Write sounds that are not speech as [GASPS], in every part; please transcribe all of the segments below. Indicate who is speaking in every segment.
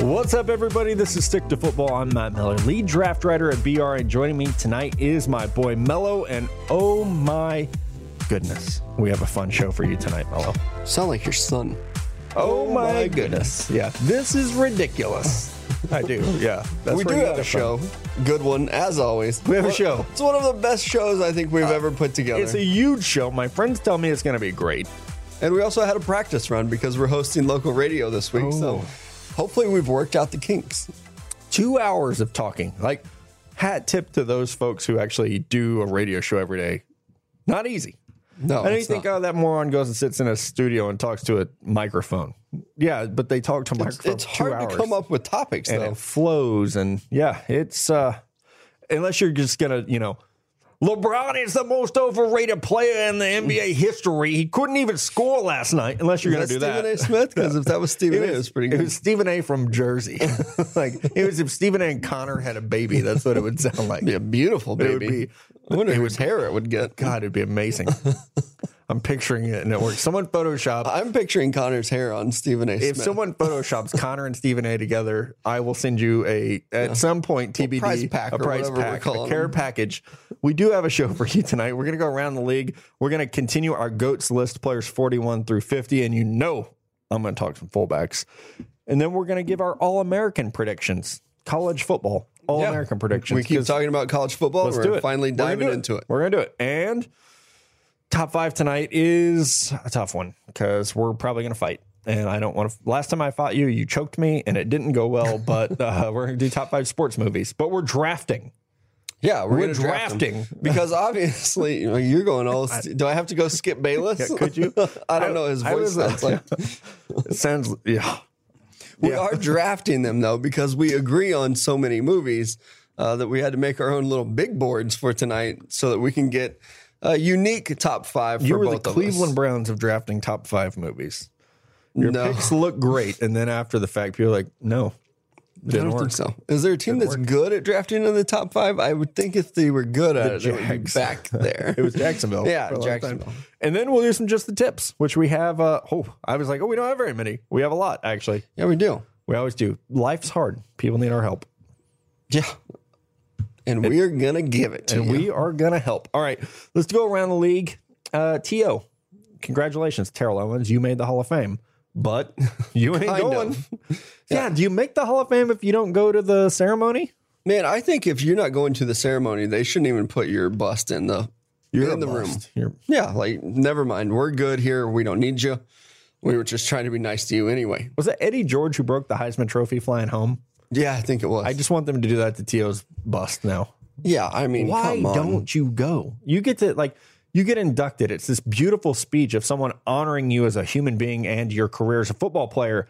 Speaker 1: What's up, everybody? This is Stick to Football. I'm Matt Miller, lead draft writer at BR, and joining me tonight is my boy Mello. And oh my goodness, we have a fun show for you tonight, Mello.
Speaker 2: Sound like your son.
Speaker 1: Oh, my, goodness. yeah, this is ridiculous. I do, [LAUGHS] yeah. That's where
Speaker 2: we do
Speaker 1: you get
Speaker 2: have a
Speaker 1: it from.
Speaker 2: show. Good one, as always.
Speaker 1: We have a
Speaker 2: One-
Speaker 1: show. Uh,
Speaker 2: It's one of the best shows I think we've ever put together.
Speaker 1: It's a huge show. My friends tell me it's going to be great.
Speaker 2: and we also had a practice run because we're hosting local radio this week. So
Speaker 1: Oh.
Speaker 2: hopefully we've worked out the kinks.
Speaker 1: two hours of talking. Like, hat tip to those folks who actually do a radio show every day. Not easy.
Speaker 2: No,
Speaker 1: I don't
Speaker 2: it's
Speaker 1: think
Speaker 2: not.
Speaker 1: oh, that moron goes and sits in a studio and talks to a microphone. Yeah, but they talk to a microphone.
Speaker 2: it's
Speaker 1: for two
Speaker 2: hard
Speaker 1: hours
Speaker 2: to come up with topics
Speaker 1: and
Speaker 2: though.
Speaker 1: it flows and yeah, it's uh unless you're just gonna, you know, LeBron is the most overrated player in the NBA history. He couldn't even score last night unless you're going to do that.
Speaker 2: Stephen A. Smith because if that was Stephen A, it was pretty
Speaker 1: It
Speaker 2: good.
Speaker 1: was Stephen A. from Jersey. [LAUGHS] like it was if Stephen A. and Connor had a baby. That's what it would sound like.
Speaker 2: be a beautiful
Speaker 1: it would
Speaker 2: baby.
Speaker 1: be-
Speaker 2: I wonder whose hair it would get.
Speaker 1: God, it'd be
Speaker 2: [LAUGHS]
Speaker 1: amazing. I'm picturing it and it works. Someone Photoshop.
Speaker 2: I'm picturing Connor's hair on Stephen A.
Speaker 1: if
Speaker 2: Smith.
Speaker 1: someone
Speaker 2: [LAUGHS]
Speaker 1: photoshops Connor and Stephen A together, I will send you a at some point TBD
Speaker 2: prize pack
Speaker 1: a
Speaker 2: or
Speaker 1: prize
Speaker 2: whatever we're
Speaker 1: pack, a
Speaker 2: calling
Speaker 1: care
Speaker 2: them.
Speaker 1: package. We do have a show for you tonight. We're gonna go around the league. We're gonna continue our goats list players 41 through 50, and you know I'm gonna talk some fullbacks, and then we're gonna give our All American predictions, college football All American predictions.
Speaker 2: we keep
Speaker 1: 'cause
Speaker 2: talking about college football.
Speaker 1: Let's
Speaker 2: we're
Speaker 1: do it.
Speaker 2: finally
Speaker 1: We're gonna
Speaker 2: diving
Speaker 1: do
Speaker 2: into it.
Speaker 1: We're gonna do it. And top five tonight is a tough one because we're probably gonna fight. And I don't want to. Last time I fought you, you choked me, and it didn't go
Speaker 2: [LAUGHS]
Speaker 1: well. But uh, we're gonna do top five sports movies. But we're drafting.
Speaker 2: Yeah, we're,
Speaker 1: We're
Speaker 2: gonna draft him.
Speaker 1: drafting.
Speaker 2: because obviously you know, you're going all. do I have to go skip Bayless?
Speaker 1: [LAUGHS] Yeah, could you?
Speaker 2: [LAUGHS] I don't know. His
Speaker 1: I
Speaker 2: voice
Speaker 1: was, uh,
Speaker 2: sounds
Speaker 1: [LAUGHS]
Speaker 2: like
Speaker 1: It sounds yeah.
Speaker 2: we are drafting them though because we agree on so many movies uh, that we had to make our own little big boards for tonight so that we can get a unique top five. For
Speaker 1: You were the
Speaker 2: both of
Speaker 1: Cleveland
Speaker 2: Us.
Speaker 1: Browns of drafting top five movies. Your
Speaker 2: [LAUGHS] No.
Speaker 1: picks look great, and then after the fact, people are like, no,
Speaker 2: I don't
Speaker 1: didn't work.
Speaker 2: think so. Is there a team that's good at drafting in the top five? I would think if they were good at it, they would be
Speaker 1: Jags. [LAUGHS]
Speaker 2: back there.
Speaker 1: It was Jacksonville.
Speaker 2: [LAUGHS] Yeah,
Speaker 1: for a long time.
Speaker 2: Jacksonville.
Speaker 1: And then we'll do some just the tips, which we have. Uh, oh, I was like, oh, we don't have very many. We have a lot actually.
Speaker 2: yeah, we do.
Speaker 1: We always do. Life's hard. People need our help,
Speaker 2: Yeah, and we're gonna give it to
Speaker 1: and
Speaker 2: you.
Speaker 1: we are gonna help. All right, let's go around the league. Uh, To, congratulations, Terrell Owens. You made the Hall of Fame, but [LAUGHS] you ain't
Speaker 2: Kind
Speaker 1: going.
Speaker 2: of.
Speaker 1: yeah. Do you make the Hall of Fame if you don't go to the ceremony?
Speaker 2: Man, I think if you're not going to the ceremony, they shouldn't even put your bust in the in the room.
Speaker 1: You're,
Speaker 2: Yeah, like never mind. We're good here. We don't need you. We were just trying to be nice to you anyway.
Speaker 1: was it Eddie George who broke the Heisman Trophy flying home?
Speaker 2: Yeah, I think it was.
Speaker 1: I just want them to do that to To's bust now.
Speaker 2: yeah, I mean,
Speaker 1: why
Speaker 2: come on.
Speaker 1: don't you go? You get to like you get inducted. It's this beautiful speech of someone honoring you as a human being and your career as a football player.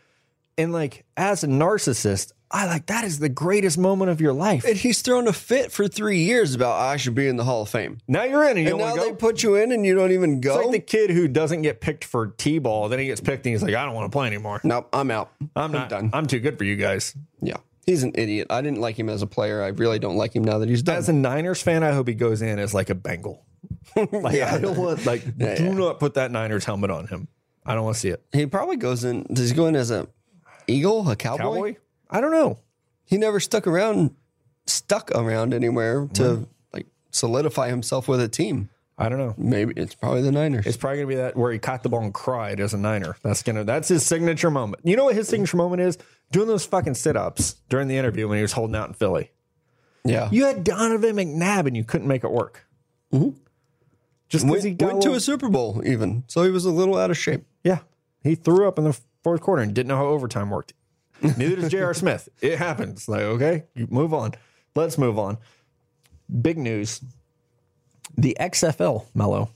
Speaker 1: And like as a narcissist, I like that is the greatest moment of your life.
Speaker 2: And he's thrown a fit for three years about I should be in the Hall of Fame.
Speaker 1: now you're in and you don't
Speaker 2: And now
Speaker 1: want to
Speaker 2: they
Speaker 1: go.
Speaker 2: put you in and you don't even
Speaker 1: It's
Speaker 2: go.
Speaker 1: like the kid who doesn't get picked for T-ball, then he gets picked and he's like, I don't want to play anymore.
Speaker 2: nope, I'm out.
Speaker 1: I'm not
Speaker 2: done.
Speaker 1: I'm too good for you guys.
Speaker 2: yeah, he's an idiot. I didn't like him as a player. I really don't like him now that he's done.
Speaker 1: As a Niners fan, I hope he goes in as like a
Speaker 2: [LAUGHS]
Speaker 1: Bengal. Like I don't want like do
Speaker 2: yeah.
Speaker 1: not put that Niners helmet on him. I don't want to see it.
Speaker 2: he probably goes in. Does he go in as a eagle, a
Speaker 1: Cowboy? I don't know.
Speaker 2: he never stuck around stuck around anywhere to like solidify himself with a team.
Speaker 1: I don't know.
Speaker 2: Maybe it's probably the Niners.
Speaker 1: It's probably gonna be that where he caught the ball and cried as a Niner. That's gonna that's his signature moment. You know what his signature moment is? Doing those fucking sit ups during the interview when he was holding out in Philly.
Speaker 2: yeah.
Speaker 1: You had Donovan McNabb and you couldn't make it work. Just because
Speaker 2: Went,
Speaker 1: he got
Speaker 2: went
Speaker 1: a
Speaker 2: to
Speaker 1: little-
Speaker 2: a Super Bowl even. So he was a little out of shape.
Speaker 1: yeah, he threw up in the fourth quarter and didn't know how overtime worked. Neither does J.R. Smith. [LAUGHS] It happens. Like okay, you move on. Let's move on. Big news: the XFL Mello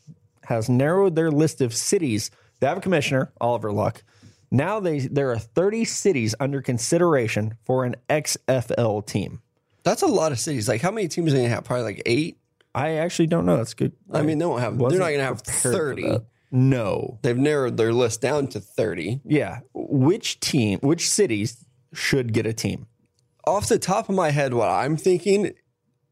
Speaker 1: has narrowed their list of cities. They have a commissioner, Oliver Luck. Now they there are 30 cities under consideration for an XFL team.
Speaker 2: That's a lot of cities. Like how many teams are they gonna have? Probably like eight.
Speaker 1: I actually don't know. That's good.
Speaker 2: I mean, they won't have they're not gonna have thirty.
Speaker 1: No.
Speaker 2: They've narrowed their list down to thirty.
Speaker 1: Yeah. Which team? Which cities should get a team?
Speaker 2: Off the top of my head, what I'm thinking,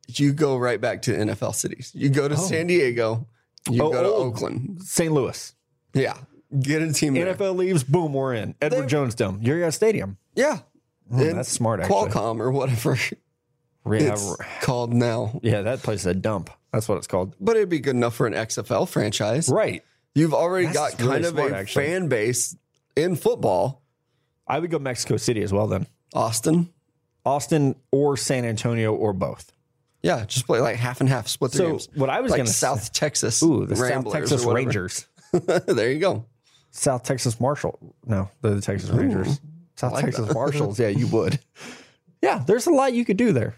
Speaker 2: you go right back to NFL cities. You go to San Diego, you
Speaker 1: Oh,
Speaker 2: go to
Speaker 1: oh.
Speaker 2: Oakland.
Speaker 1: St. Louis.
Speaker 2: Yeah. Get a team there.
Speaker 1: NFL leaves, boom, we're in. Edward Jones Dome, Uriah Stadium. Hmm,
Speaker 2: Yeah. It's
Speaker 1: that's smart, actually.
Speaker 2: Qualcomm or whatever
Speaker 1: Yeah,
Speaker 2: it's called now.
Speaker 1: yeah, that place is a dump. That's what it's called.
Speaker 2: But it'd be good enough for an XFL franchise.
Speaker 1: Right.
Speaker 2: You've already
Speaker 1: That's
Speaker 2: got
Speaker 1: really
Speaker 2: kind of
Speaker 1: smart,
Speaker 2: a
Speaker 1: actually.
Speaker 2: fan base in football.
Speaker 1: I would go Mexico City as well then.
Speaker 2: Austin,
Speaker 1: Austin or San Antonio or both.
Speaker 2: yeah, just play like half and half, split the
Speaker 1: So
Speaker 2: games.
Speaker 1: what I was
Speaker 2: like
Speaker 1: gonna
Speaker 2: South Texas,
Speaker 1: Ooh, the South
Speaker 2: Ramblers or
Speaker 1: Texas
Speaker 2: whatever.
Speaker 1: Rangers.
Speaker 2: [LAUGHS] there you go.
Speaker 1: South Texas Marshall. No, they're the Texas Rangers. South
Speaker 2: like
Speaker 1: Texas Marshals. Yeah, you
Speaker 2: [LAUGHS]
Speaker 1: would. Yeah, there's a lot you could do there.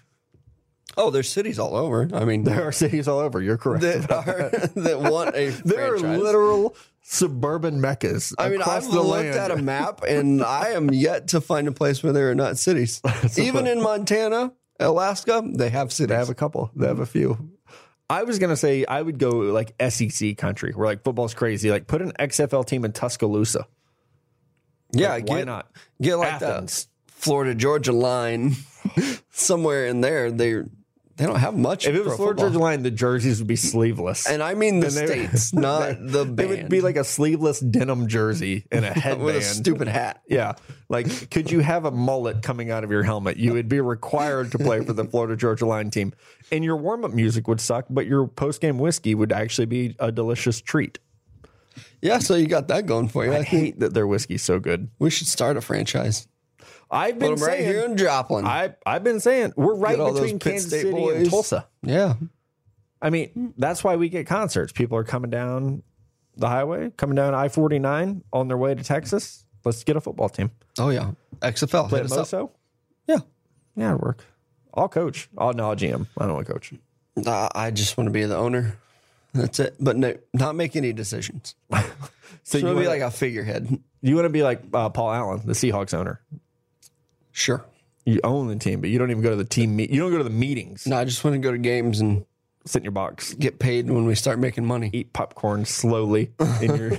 Speaker 2: Oh, there's cities all over. I mean,
Speaker 1: There are cities all over. You're correct.
Speaker 2: [LAUGHS] that are that want a
Speaker 1: [LAUGHS] there are
Speaker 2: franchise.
Speaker 1: literal suburban meccas.
Speaker 2: I mean,
Speaker 1: across
Speaker 2: I've
Speaker 1: the
Speaker 2: looked
Speaker 1: land.
Speaker 2: at a map, and I am yet to find a place where there are
Speaker 1: [LAUGHS]
Speaker 2: not cities. Even in Montana, Alaska, they have cities.
Speaker 1: They have a couple. They have a few. I was gonna say I would go like SEC country where like football's crazy. Like put an XFL team in Tuscaloosa.
Speaker 2: yeah,
Speaker 1: Why
Speaker 2: get,
Speaker 1: not?
Speaker 2: Get like
Speaker 1: Athens.
Speaker 2: that Florida Georgia line [LAUGHS] somewhere in there. They they don't have much.
Speaker 1: If it was
Speaker 2: pro
Speaker 1: Florida
Speaker 2: football.
Speaker 1: Georgia Line, the jerseys would be sleeveless.
Speaker 2: and I mean the
Speaker 1: and they- [LAUGHS]
Speaker 2: states, not the band.
Speaker 1: it would be like a sleeveless denim jersey [LAUGHS] and a headband.
Speaker 2: with a stupid hat.
Speaker 1: yeah. Like, could you have a mullet coming out of your helmet? You would be required to play for the Florida Georgia Line team. And your warm up music would suck, but your post game whiskey would actually be a delicious treat.
Speaker 2: Yeah, so you got that going for you. I,
Speaker 1: I
Speaker 2: think
Speaker 1: hate that their whiskey's so good.
Speaker 2: we should start a franchise.
Speaker 1: I've
Speaker 2: Put
Speaker 1: been
Speaker 2: them right
Speaker 1: saying,
Speaker 2: here in Joplin.
Speaker 1: I, I've been saying we're right
Speaker 2: Get all those
Speaker 1: between
Speaker 2: Pitt
Speaker 1: Kansas
Speaker 2: State
Speaker 1: City and
Speaker 2: boys.
Speaker 1: Tulsa.
Speaker 2: yeah,
Speaker 1: I mean, that's why we get concerts. People are coming down the highway, coming down I 49 on their way to Texas. Let's get a football team.
Speaker 2: Oh yeah, XFL.
Speaker 1: Play
Speaker 2: Hit
Speaker 1: at
Speaker 2: us
Speaker 1: Moso?
Speaker 2: up. Yeah,
Speaker 1: Yeah, it'd work. I'll coach. I'll no I'll GM. I don't want to coach.
Speaker 2: Nah, I just want to be the owner. That's it. But no, not make any decisions.
Speaker 1: So
Speaker 2: So
Speaker 1: you
Speaker 2: you
Speaker 1: wanna,
Speaker 2: be like a figurehead.
Speaker 1: you want to be like uh, Paul Allen, the Seahawks owner.
Speaker 2: Sure.
Speaker 1: You own the team, but you don't even go to the team meet. You don't go to the meetings.
Speaker 2: No, I just want to go to games and
Speaker 1: Sit in your box,
Speaker 2: get paid when we start making money.
Speaker 1: eat popcorn slowly. In your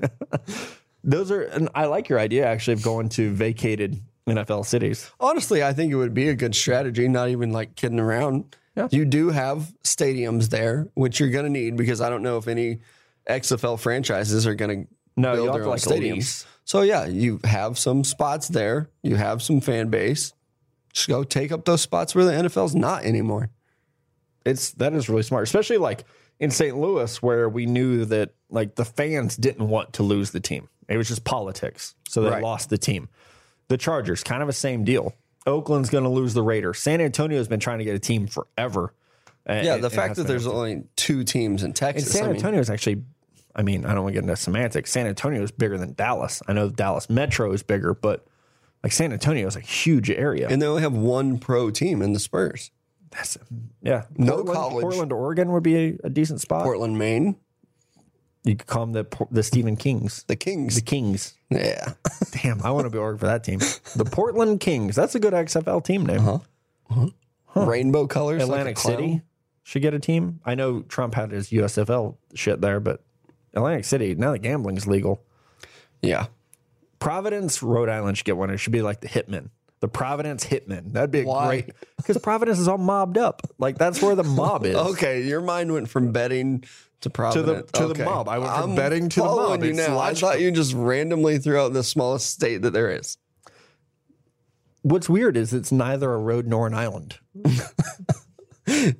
Speaker 1: [LAUGHS] those are. And I like your idea actually of going to vacated NFL cities.
Speaker 2: Honestly, I think it would be a good strategy, not even like kidding around.
Speaker 1: Yeah.
Speaker 2: You do have stadiums there, which you're going to need because I don't know if any XFL franchises are going to
Speaker 1: No,
Speaker 2: build
Speaker 1: you have
Speaker 2: their
Speaker 1: to
Speaker 2: own
Speaker 1: like
Speaker 2: stadiums.
Speaker 1: lease.
Speaker 2: So, yeah, you have some spots there, you have some fan base. Just go take up those spots where the NFL's not anymore.
Speaker 1: It's that is really smart, especially like in St. Louis where we knew that like the fans didn't want to lose the team. It was just politics, so they
Speaker 2: Right.
Speaker 1: lost the team. The Chargers, kind of a same deal. Oakland's going to lose the Raiders. San Antonio's been trying to get a team forever. And-
Speaker 2: Yeah,
Speaker 1: and-
Speaker 2: the
Speaker 1: and
Speaker 2: fact
Speaker 1: has
Speaker 2: that
Speaker 1: been.
Speaker 2: there's only two teams in
Speaker 1: and
Speaker 2: Texas.
Speaker 1: San
Speaker 2: I mean,
Speaker 1: Antonio is actually, I mean, I don't want to get into semantics. San Antonio is bigger than Dallas. I know Dallas Metro is bigger, but like San Antonio is a huge area.
Speaker 2: and they only have one pro team in the Spurs.
Speaker 1: That's yeah,
Speaker 2: No
Speaker 1: Portland,
Speaker 2: college.
Speaker 1: Portland, Oregon would be a, a decent spot.
Speaker 2: Portland, Maine,
Speaker 1: You could call them the Por- the Stephen Kings.
Speaker 2: the Kings.
Speaker 1: The Kings.
Speaker 2: Yeah.
Speaker 1: Damn, I want to be working for that team. The Portland Kings. That's a good XFL team name.
Speaker 2: Rainbow colors. Uh-huh. like a
Speaker 1: Atlantic
Speaker 2: clown.
Speaker 1: City should get a team. I know Trump had his USFL shit there, but Atlantic City, now that gambling's legal.
Speaker 2: Yeah.
Speaker 1: Providence, Rhode Island should get one. It should be like the Hitmen. The Providence Hitmen. That'd be a
Speaker 2: Why?
Speaker 1: great because Providence is all mobbed up. Like that's where the mob
Speaker 2: [LAUGHS]
Speaker 1: is.
Speaker 2: Okay, your mind went from betting to Provident.
Speaker 1: to the
Speaker 2: Okay.
Speaker 1: mob. I went from betting to the
Speaker 2: following
Speaker 1: mob.
Speaker 2: You
Speaker 1: It's
Speaker 2: now. I
Speaker 1: logical.
Speaker 2: thought you just randomly threw out the smallest state that there is. [LAUGHS]
Speaker 1: What's weird is it's neither a road nor an island.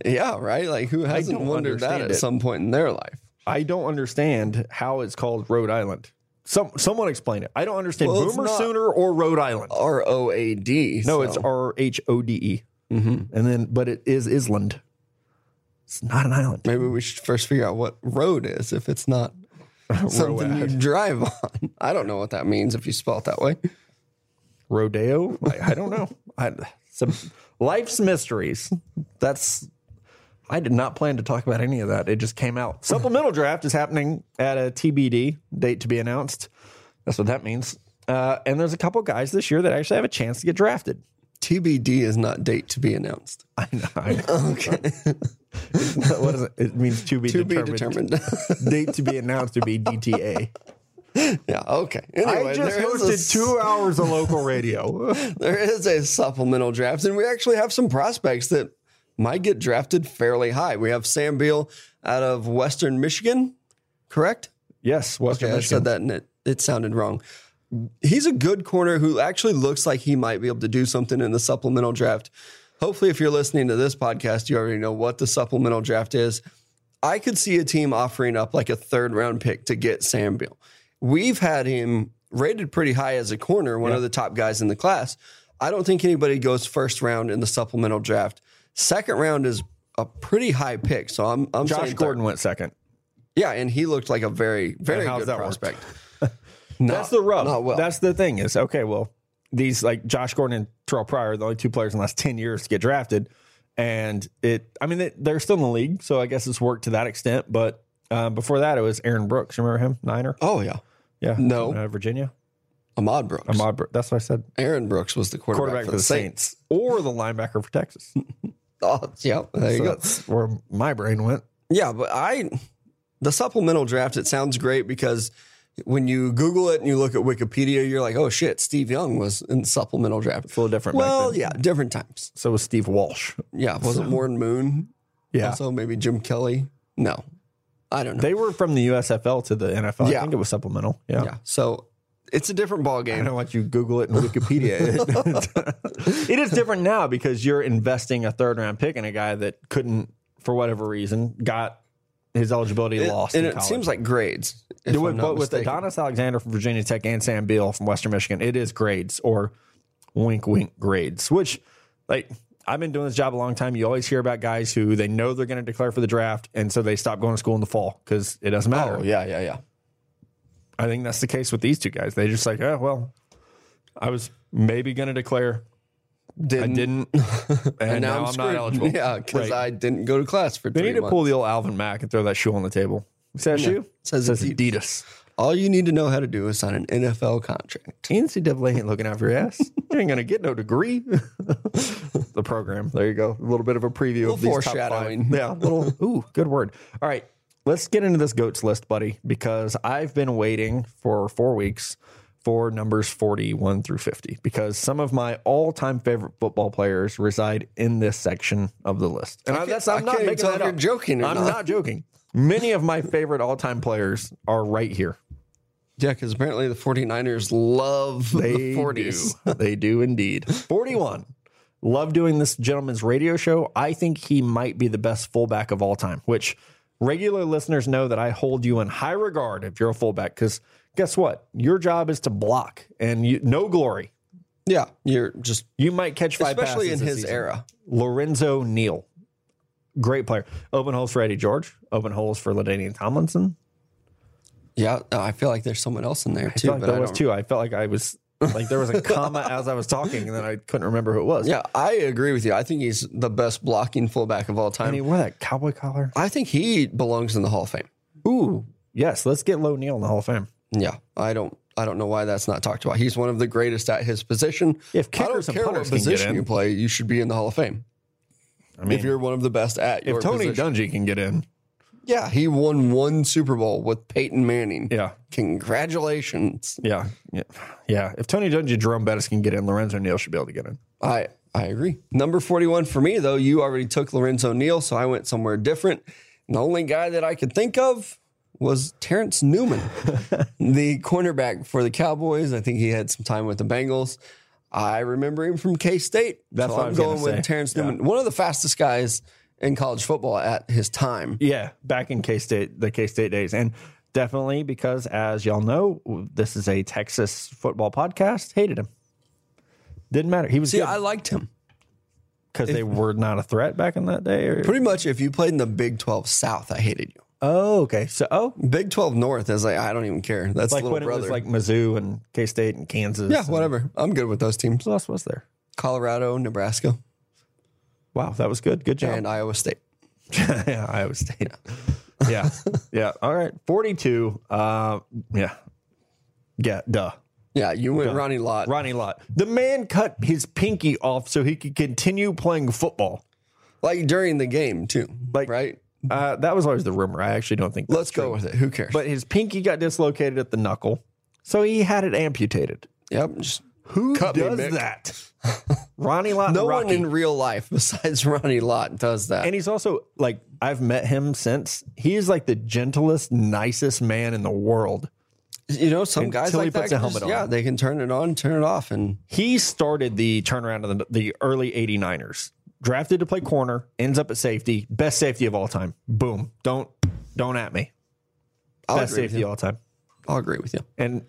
Speaker 2: Yeah, right. Like who hasn't
Speaker 1: don't
Speaker 2: wondered that at
Speaker 1: understand it.
Speaker 2: some point in their life?
Speaker 1: I don't understand how it's called Rhode Island. Some someone explain it. I don't understand
Speaker 2: Well, it's
Speaker 1: Boomer
Speaker 2: not-
Speaker 1: Sooner or Rhode Island.
Speaker 2: R O A D.
Speaker 1: No, it's R H O D E.
Speaker 2: Mm-hmm.
Speaker 1: And then, but it is Island. It's not an island.
Speaker 2: Maybe we should first figure out what road is if it's
Speaker 1: [LAUGHS]
Speaker 2: not something you drive on. [LAUGHS] I don't know what that means if you spell it that way.
Speaker 1: Rodeo? I, I don't know. I, some life's mysteries. That's. I did not plan to talk about any of that. It just came out. Supplemental draft is happening at a TBD date to be announced. That's what that means. Uh, and there's a couple guys this year that actually have a chance to get drafted.
Speaker 2: TBD is not date to be announced.
Speaker 1: I know. I know.
Speaker 2: Okay.
Speaker 1: [LAUGHS] what is it? It means to be
Speaker 2: to be
Speaker 1: determined.
Speaker 2: determined. [LAUGHS]
Speaker 1: Date to be announced to be DTA.
Speaker 2: yeah. Okay. [LAUGHS] Anyway,
Speaker 1: I just
Speaker 2: there is a
Speaker 1: hosted two hours of local
Speaker 2: [LAUGHS]
Speaker 1: radio.
Speaker 2: there is a supplemental draft, and we actually have some prospects that might get drafted fairly high. We have Sam Beal out of Western Michigan, correct?
Speaker 1: yes, Western
Speaker 2: Okay, I
Speaker 1: Michigan.
Speaker 2: said that and it, it sounded wrong. he's a good corner who actually looks like he might be able to do something in the supplemental draft. Hopefully, if you're listening to this podcast, you already know what the supplemental draft is. I could see a team offering up like a third round pick to get Sam Beal. We've had him rated pretty high as a corner, one of the top guys in the class. I don't think anybody goes first round in the supplemental draft. Second round is a pretty high pick, so I'm, I'm
Speaker 1: Josh
Speaker 2: saying third.
Speaker 1: Gordon went second.
Speaker 2: Yeah, and he looked like a very, very
Speaker 1: how's
Speaker 2: good
Speaker 1: that work?
Speaker 2: prospect.
Speaker 1: [LAUGHS] That's the rub.
Speaker 2: not well.
Speaker 1: That's the thing is okay. Well, these like Josh Gordon and Terrell Pryor are the only two players in the last ten years to get drafted, and it. I mean, they, they're still in the league, so I guess it's worked to that extent. But um, before that, it was Aaron Brooks. You remember him, Niner?
Speaker 2: Oh yeah,
Speaker 1: Yeah,
Speaker 2: No.
Speaker 1: uh, Virginia.
Speaker 2: Ahmad Brooks.
Speaker 1: Ahmad Bro- That's what I said.
Speaker 2: Aaron Brooks was the quarterback,
Speaker 1: Quarterback for the Saints, or the linebacker for Texas.
Speaker 2: Oh, yeah, there you
Speaker 1: So
Speaker 2: go.
Speaker 1: that's where my brain went.
Speaker 2: Yeah, but I the supplemental draft it sounds great because when you Google it and you look at Wikipedia, you're like, oh shit, Steve Young was in the supplemental draft.
Speaker 1: It's a little different. back
Speaker 2: Well,
Speaker 1: then.
Speaker 2: yeah, different times.
Speaker 1: So was Steve Walsh.
Speaker 2: Yeah, was it Warren Moon?
Speaker 1: Yeah.
Speaker 2: Also, maybe Jim Kelly. No, I don't know.
Speaker 1: They were from the USFL to the NFL.
Speaker 2: Yeah.
Speaker 1: I think it was supplemental. Yeah.
Speaker 2: yeah, so it's a different ball
Speaker 1: I
Speaker 2: game.
Speaker 1: don't let you Google it [LAUGHS] and Wikipedia [LAUGHS] it. it is different now because you're investing a third round pick in a guy that couldn't, for whatever reason, got his eligibility lost.
Speaker 2: and
Speaker 1: in
Speaker 2: it
Speaker 1: college.
Speaker 2: seems like grades. if
Speaker 1: Do it,
Speaker 2: I'm not
Speaker 1: but with
Speaker 2: mistaken.
Speaker 1: Adonis Alexander from Virginia Tech and Sam Beal from Western Michigan, it is grades or wink wink grades, which like I've been doing this job a long time. You always hear about guys who they know they're going to declare for the draft, and so they stop going to school in the fall because it doesn't matter.
Speaker 2: Oh yeah, yeah, yeah.
Speaker 1: I think that's the case with these two guys. They just like, oh well, I was maybe going to declare, I
Speaker 2: Didn't,
Speaker 1: didn't, [LAUGHS] and, now, I'm not [LAUGHS]
Speaker 2: screwed.
Speaker 1: eligible.
Speaker 2: [LAUGHS] Yeah, because
Speaker 1: Right.
Speaker 2: I didn't go to class for
Speaker 1: They
Speaker 2: three
Speaker 1: need to
Speaker 2: months.
Speaker 1: pull the old Alvin Mack and throw that shoe on the table. Is that a shoe?
Speaker 2: says
Speaker 1: Adidas.
Speaker 2: All you need to know how to do is sign an NFL contract.
Speaker 1: NCAA ain't looking out for your ass. you ain't gonna get no degree. [LAUGHS] the program. There you go. A little bit of a preview of these Top
Speaker 2: foreshadowing.
Speaker 1: five. Yeah, a little. Ooh, good word. All right, let's get into this goats list, buddy, because I've been waiting for four weeks for numbers forty-one through fifty because some of my all-time favorite football players reside in this section of the list, and I, that's I'm
Speaker 2: I
Speaker 1: not
Speaker 2: can't even
Speaker 1: making
Speaker 2: tell
Speaker 1: that
Speaker 2: if you're
Speaker 1: up.
Speaker 2: joking or
Speaker 1: I'm
Speaker 2: not.
Speaker 1: not joking. Many of my favorite all-time players are right here.
Speaker 2: Yeah, because apparently the 49ers love
Speaker 1: They
Speaker 2: the 40s.
Speaker 1: do. [LAUGHS] They do indeed. 41. Love doing this gentleman's radio show. I think he might be the best fullback of all time, which regular listeners know that I hold you in high regard if you're a fullback because guess what? Your job is to block and you, no glory.
Speaker 2: Yeah, you're just,
Speaker 1: You might catch five
Speaker 2: especially
Speaker 1: passes
Speaker 2: in
Speaker 1: this
Speaker 2: his
Speaker 1: season.
Speaker 2: era.
Speaker 1: Lorenzo Neal. Great player. Open holes for Eddie George. Open holes for Ladanian Tomlinson.
Speaker 2: Yeah, uh, I feel like there's someone else in
Speaker 1: I
Speaker 2: there too.
Speaker 1: felt like
Speaker 2: but
Speaker 1: there
Speaker 2: I
Speaker 1: was
Speaker 2: don't-
Speaker 1: two. I felt like I was like there was a comma [LAUGHS] as I was talking and then I couldn't remember who it was.
Speaker 2: Yeah, I agree with you. I think he's the best blocking fullback of all
Speaker 1: And
Speaker 2: time.
Speaker 1: he wore that cowboy collar.
Speaker 2: I think he belongs in the Hall of Fame.
Speaker 1: Ooh, yes. Let's get Low Neal in the Hall of Fame.
Speaker 2: Yeah, I don't. I don't know why that's not talked about. He's one of the greatest at his position.
Speaker 1: If
Speaker 2: I don't
Speaker 1: kickers and
Speaker 2: care what
Speaker 1: punters can get
Speaker 2: position
Speaker 1: in.
Speaker 2: you play, you should be in the Hall of Fame.
Speaker 1: I mean,
Speaker 2: if you're one of the best at your
Speaker 1: if Tony
Speaker 2: position.
Speaker 1: Dungy can get in,
Speaker 2: yeah, he won one Super Bowl with Peyton Manning.
Speaker 1: yeah,
Speaker 2: Congratulations.
Speaker 1: yeah, yeah, yeah. If Tony Dungy, Jerome Bettis can get in, Lorenzo Neal should be able to get in.
Speaker 2: I I agree. Number 41 for me, though, you already took Lorenzo Neal, so I went somewhere different. And the only guy that I could think of was
Speaker 1: [LAUGHS]
Speaker 2: Terrence Newman, the cornerback for the Cowboys. I think he had some time with the Bengals. I remember him from K State.
Speaker 1: That's what I
Speaker 2: I'm
Speaker 1: was gonna
Speaker 2: going with
Speaker 1: say.
Speaker 2: Terrence Newman, one of the fastest guys in college football at his time.
Speaker 1: Yeah, back in K State, the K State days, and definitely because, as y'all know, this is a Texas football podcast. Hated him. Didn't matter. He was
Speaker 2: See, I liked him.
Speaker 1: because they were not a threat back in that day. Or,
Speaker 2: Pretty much, if you played in the Big 12 South, I hated you.
Speaker 1: oh, okay. So, oh,
Speaker 2: Big 12 North is like, I don't even care. That's
Speaker 1: like
Speaker 2: little
Speaker 1: when
Speaker 2: brother.
Speaker 1: it was like Mizzou and K State and Kansas.
Speaker 2: yeah,
Speaker 1: and-
Speaker 2: whatever. I'm good with those teams.
Speaker 1: Who else was there?
Speaker 2: Colorado, Nebraska,
Speaker 1: Wow, that was good. Good job.
Speaker 2: and Iowa State.
Speaker 1: [LAUGHS] yeah, Iowa State. Yeah. yeah. All right. 42. Uh, yeah. Yeah. Duh.
Speaker 2: Yeah, you went Ronnie Lott.
Speaker 1: Ronnie Lott. The man cut his pinky off so he could continue playing football.
Speaker 2: Like during the game too.
Speaker 1: Like-
Speaker 2: right?
Speaker 1: Uh, that was always the rumor. I actually don't think.
Speaker 2: Let's go with it. Who cares?
Speaker 1: But his pinky got dislocated at the knuckle. So he had it amputated.
Speaker 2: yep. Just,
Speaker 1: Who
Speaker 2: Cut me,
Speaker 1: does
Speaker 2: Mick.
Speaker 1: that? Ronnie Lott.
Speaker 2: no
Speaker 1: and
Speaker 2: one
Speaker 1: Rocky.
Speaker 2: in real life [LAUGHS] besides Ronnie Lott does that.
Speaker 1: And he's also like, I've met him since. He is like the gentlest, nicest man in the world.
Speaker 2: You know, some guys
Speaker 1: Until he
Speaker 2: like that,
Speaker 1: puts a helmet
Speaker 2: just-
Speaker 1: on.
Speaker 2: yeah, they can turn it on, turn it off, and
Speaker 1: He started the turnaround of the, the early 89ers. Drafted to play corner, ends up at safety, best safety of all time. Boom. Don't don't at me.
Speaker 2: I'll
Speaker 1: best
Speaker 2: agree with
Speaker 1: safety
Speaker 2: you.
Speaker 1: of all time.
Speaker 2: I'll agree with you.
Speaker 1: And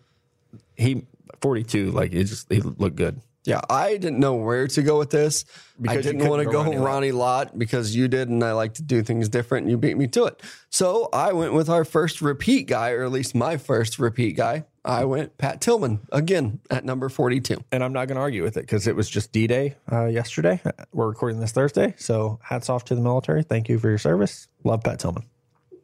Speaker 1: he 42, like it just he looked good.
Speaker 2: Yeah, I didn't know where to go with this. I
Speaker 1: Because you
Speaker 2: didn't want to
Speaker 1: couldn't
Speaker 2: go
Speaker 1: go
Speaker 2: Ronnie,
Speaker 1: Ronnie Lott.
Speaker 2: Lott because you did, and I like to do things different, and you beat me to it. So I went with our first repeat guy, or at least my first repeat guy. I went Pat Tillman again at number 42.
Speaker 1: And I'm not going to argue with it because it was just D Day uh, yesterday. We're recording this Thursday. So hats off to the military. Thank you for your service. Love Pat Tillman.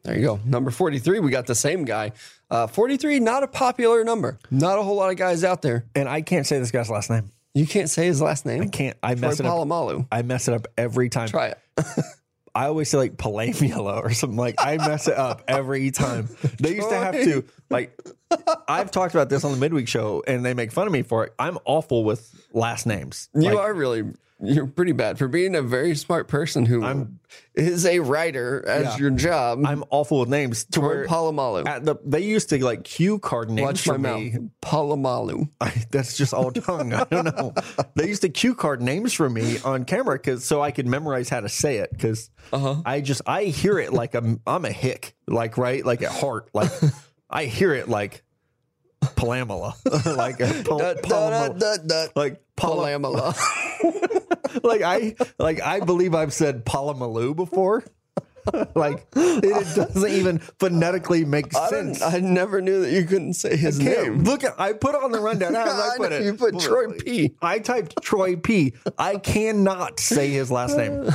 Speaker 2: There you go. Number 43, we got the same guy. Uh, 43, not a popular number. Not a whole lot of guys out there.
Speaker 1: And I can't say this guy's last name.
Speaker 2: You can't say his last name.
Speaker 1: Can't. I
Speaker 2: Troy
Speaker 1: mess it up.
Speaker 2: Polamalu.
Speaker 1: I mess it up every time.
Speaker 2: Try it.
Speaker 1: I always say like Palamiolo or something. Like I mess it up every time. They used to have to like. I've talked about this on the midweek show, and they make fun of me for it. I'm awful with last names.
Speaker 2: You
Speaker 1: Like,
Speaker 2: are really you're pretty bad for being a very smart person who is a writer as
Speaker 1: Yeah.
Speaker 2: your job.
Speaker 1: I'm awful with names. To
Speaker 2: Troy
Speaker 1: where
Speaker 2: Polamalu.
Speaker 1: at the they used to like cue card names
Speaker 2: Watch my
Speaker 1: for
Speaker 2: mouth.
Speaker 1: me.
Speaker 2: Polamalu.
Speaker 1: I, that's just all tongue. I don't know. They used to cue card names for me on camera because so I could memorize how to say it because
Speaker 2: Uh-huh.
Speaker 1: I just I hear it like I'm I'm a hick like right like at heart like I hear it like Palamala [LAUGHS] like a pal-
Speaker 2: Da, da, da,
Speaker 1: Palamala.
Speaker 2: da, da.
Speaker 1: like Palam-
Speaker 2: Polamalu.
Speaker 1: like I like I believe I've said Palamaloo before. [LAUGHS] like it doesn't even phonetically make
Speaker 2: I,
Speaker 1: sense.
Speaker 2: didn't- I never knew that you couldn't say his
Speaker 1: Cam,
Speaker 2: name.
Speaker 1: Look at I put it on the rundown. How did I,
Speaker 2: [LAUGHS] I
Speaker 1: put
Speaker 2: know,
Speaker 1: it?
Speaker 2: you put Troy P.
Speaker 1: I typed Troy P. I cannot say his last [LAUGHS] name.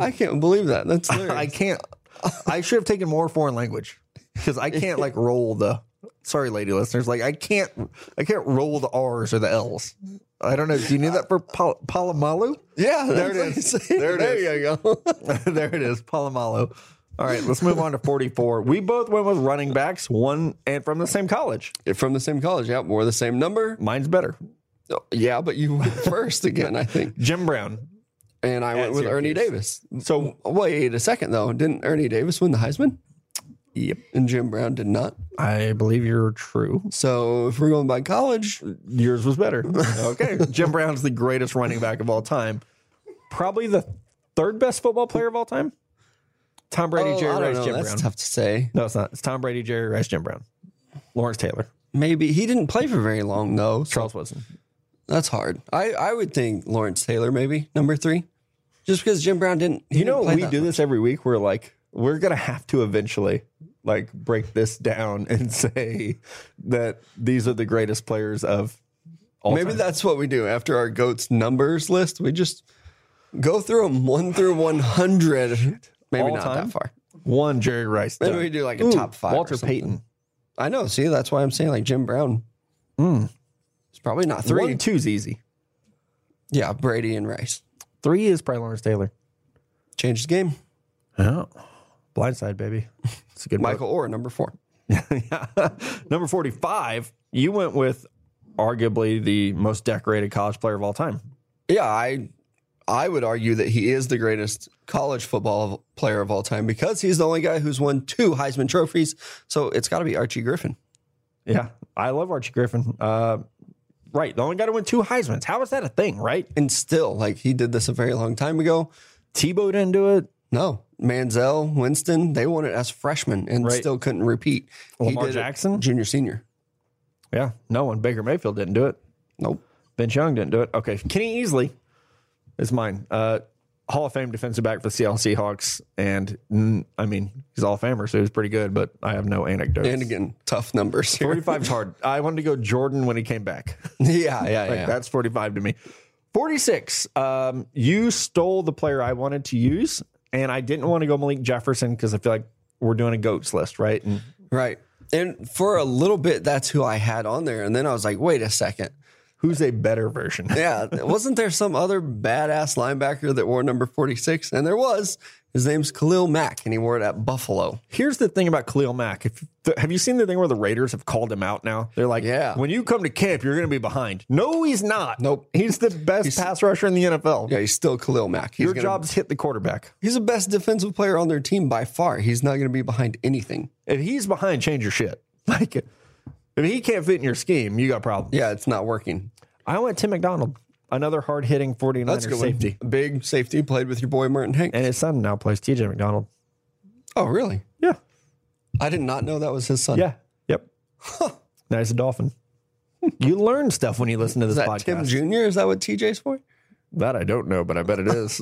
Speaker 2: I can't believe
Speaker 1: [LAUGHS]
Speaker 2: that. That's
Speaker 1: I
Speaker 2: hilarious.
Speaker 1: can't. I should have taken more foreign language because I can't like roll the. Sorry, lady listeners. Like I can't. I can't roll the R's or the L's. I don't know. Do you need that for Pal- Palamalu? [LAUGHS]
Speaker 2: yeah,
Speaker 1: There it
Speaker 2: that's
Speaker 1: is.
Speaker 2: what I'm saying.
Speaker 1: There it
Speaker 2: there
Speaker 1: is.
Speaker 2: you go.
Speaker 1: there it is, Palamalu. All right, let's move on to 44. We both went with running backs, one and from the same college.
Speaker 2: From the same college. Yeah, wore the same number.
Speaker 1: Mine's better.
Speaker 2: Oh, Yeah, but
Speaker 1: [LAUGHS]
Speaker 2: you went first again, I think.
Speaker 1: Jim Brown.
Speaker 2: And I went with Ernie Davis.
Speaker 1: So
Speaker 2: Wait a second, though. Didn't Ernie Davis win the Heisman?
Speaker 1: Yep.
Speaker 2: And Jim Brown did not.
Speaker 1: I believe you're true.
Speaker 2: So if we're going by college,
Speaker 1: Yours was better. [LAUGHS] Okay. Jim Brown's the greatest running back of all time. Probably the third best football player of all time. Tom Brady,
Speaker 2: oh, I
Speaker 1: Jerry
Speaker 2: don't
Speaker 1: Rice,
Speaker 2: know.
Speaker 1: Jim
Speaker 2: That's
Speaker 1: Brown.
Speaker 2: tough to say.
Speaker 1: No, it's not. It's Tom Brady, Jerry Rice, Jim Brown. Lawrence Taylor,
Speaker 2: Maybe he didn't play for very long, though. So
Speaker 1: Charles Woodson.
Speaker 2: that's hard. I, I would think Lawrence Taylor, maybe number three, just because Jim Brown didn't. he
Speaker 1: You know,
Speaker 2: didn't play
Speaker 1: we
Speaker 2: that
Speaker 1: do
Speaker 2: much.
Speaker 1: this every week. We're like, we're going to have to eventually like break this down [LAUGHS] and say that these are the greatest players of all
Speaker 2: Maybe
Speaker 1: time.
Speaker 2: that's what we do after our goats numbers list. We just go through them one through one hundred.
Speaker 1: [LAUGHS]
Speaker 2: Maybe
Speaker 1: All
Speaker 2: not
Speaker 1: time?
Speaker 2: that far.
Speaker 1: One, Jerry Rice.
Speaker 2: Maybe
Speaker 1: done.
Speaker 2: we do like a top five. or
Speaker 1: Walter
Speaker 2: something.
Speaker 1: Payton.
Speaker 2: I know. See, that's why I'm saying like Jim Brown. It's probably not three.
Speaker 1: Hmm. One, two's easy.
Speaker 2: Yeah, Brady and Rice
Speaker 1: Three is probably Lawrence Taylor.
Speaker 2: changed the game.
Speaker 1: Oh, blindside, baby. It's a good [LAUGHS]
Speaker 2: Michael Orr, number four.
Speaker 1: book. Number 45, you went with arguably the most decorated college player of all time.
Speaker 2: Yeah, I I would argue that he is the greatest college football player of all time because he's the only guy who's won two Heisman trophies. So it's got to be Archie Griffin.
Speaker 1: Yeah. I love Archie Griffin. Uh, right. The only guy to win two Heisman's. How is that a thing, right?
Speaker 2: And still, like he did this a very long time ago.
Speaker 1: Tebow didn't do it.
Speaker 2: No, Manziel, Winston, they won it as freshmen and
Speaker 1: Right.
Speaker 2: still couldn't repeat. He
Speaker 1: Lamar
Speaker 2: did it
Speaker 1: Jackson?
Speaker 2: junior, senior.
Speaker 1: Yeah. No one. Baker Mayfield didn't do it.
Speaker 2: Nope.
Speaker 1: Vince Young didn't do it. Okay. Kenny Easley is mine. Uh, Hall of Fame defensive back for the Seattle Seahawks. And mm, I mean, he's all famer, so he was pretty good, but I have no anecdotes.
Speaker 2: And again, tough numbers here.
Speaker 1: 45 is hard. I wanted to go Jordan when he came back.
Speaker 2: [LAUGHS]
Speaker 1: [LAUGHS]
Speaker 2: yeah, yeah,
Speaker 1: Like,
Speaker 2: yeah.
Speaker 1: That's 45 to me. 46. Um, you stole the player I wanted to use, and I didn't want to go Malik Jefferson because I feel like we're doing a goats list, right? And
Speaker 2: Right. And for a little bit, that's who I had on there. And then I was like, wait a second.
Speaker 1: who's a better
Speaker 2: [LAUGHS]
Speaker 1: version?
Speaker 2: Yeah. Wasn't there some other badass linebacker that wore number 46? And there was. His name's Khalil Mack, and he wore it at Buffalo.
Speaker 1: Here's the thing about Khalil Mack. If, th- have you seen the thing where the Raiders have called him out now? They're like,
Speaker 2: Yeah.
Speaker 1: when you come to camp, you're going to be behind. No, he's not.
Speaker 2: Nope.
Speaker 1: He's the best pass rusher in the NFL.
Speaker 2: Yeah, he's still Khalil Mack. He's
Speaker 1: Your
Speaker 2: gonna-
Speaker 1: job's hit the quarterback.
Speaker 2: He's the best defensive player on their team by far. He's not going to be behind anything.
Speaker 1: If he's behind, change your shit. [LAUGHS] Like, if he can't fit in your scheme, you got problems.
Speaker 2: Yeah, it's not working.
Speaker 1: I went Tim McDonald, another hard hitting 49er
Speaker 2: That's a good.
Speaker 1: safety.
Speaker 2: One. Big safety played with your boy Martin Hank.
Speaker 1: And his son now plays TJ McDonald.
Speaker 2: Oh, really?
Speaker 1: Yeah.
Speaker 2: I did not know that was his son.
Speaker 1: Yeah. Yep. Now he's a dolphin. You learn stuff when you listen to this
Speaker 2: Is that
Speaker 1: podcast.
Speaker 2: Tim Jr.? Is that what TJ's for?
Speaker 1: That I don't know, but I bet it [LAUGHS] is.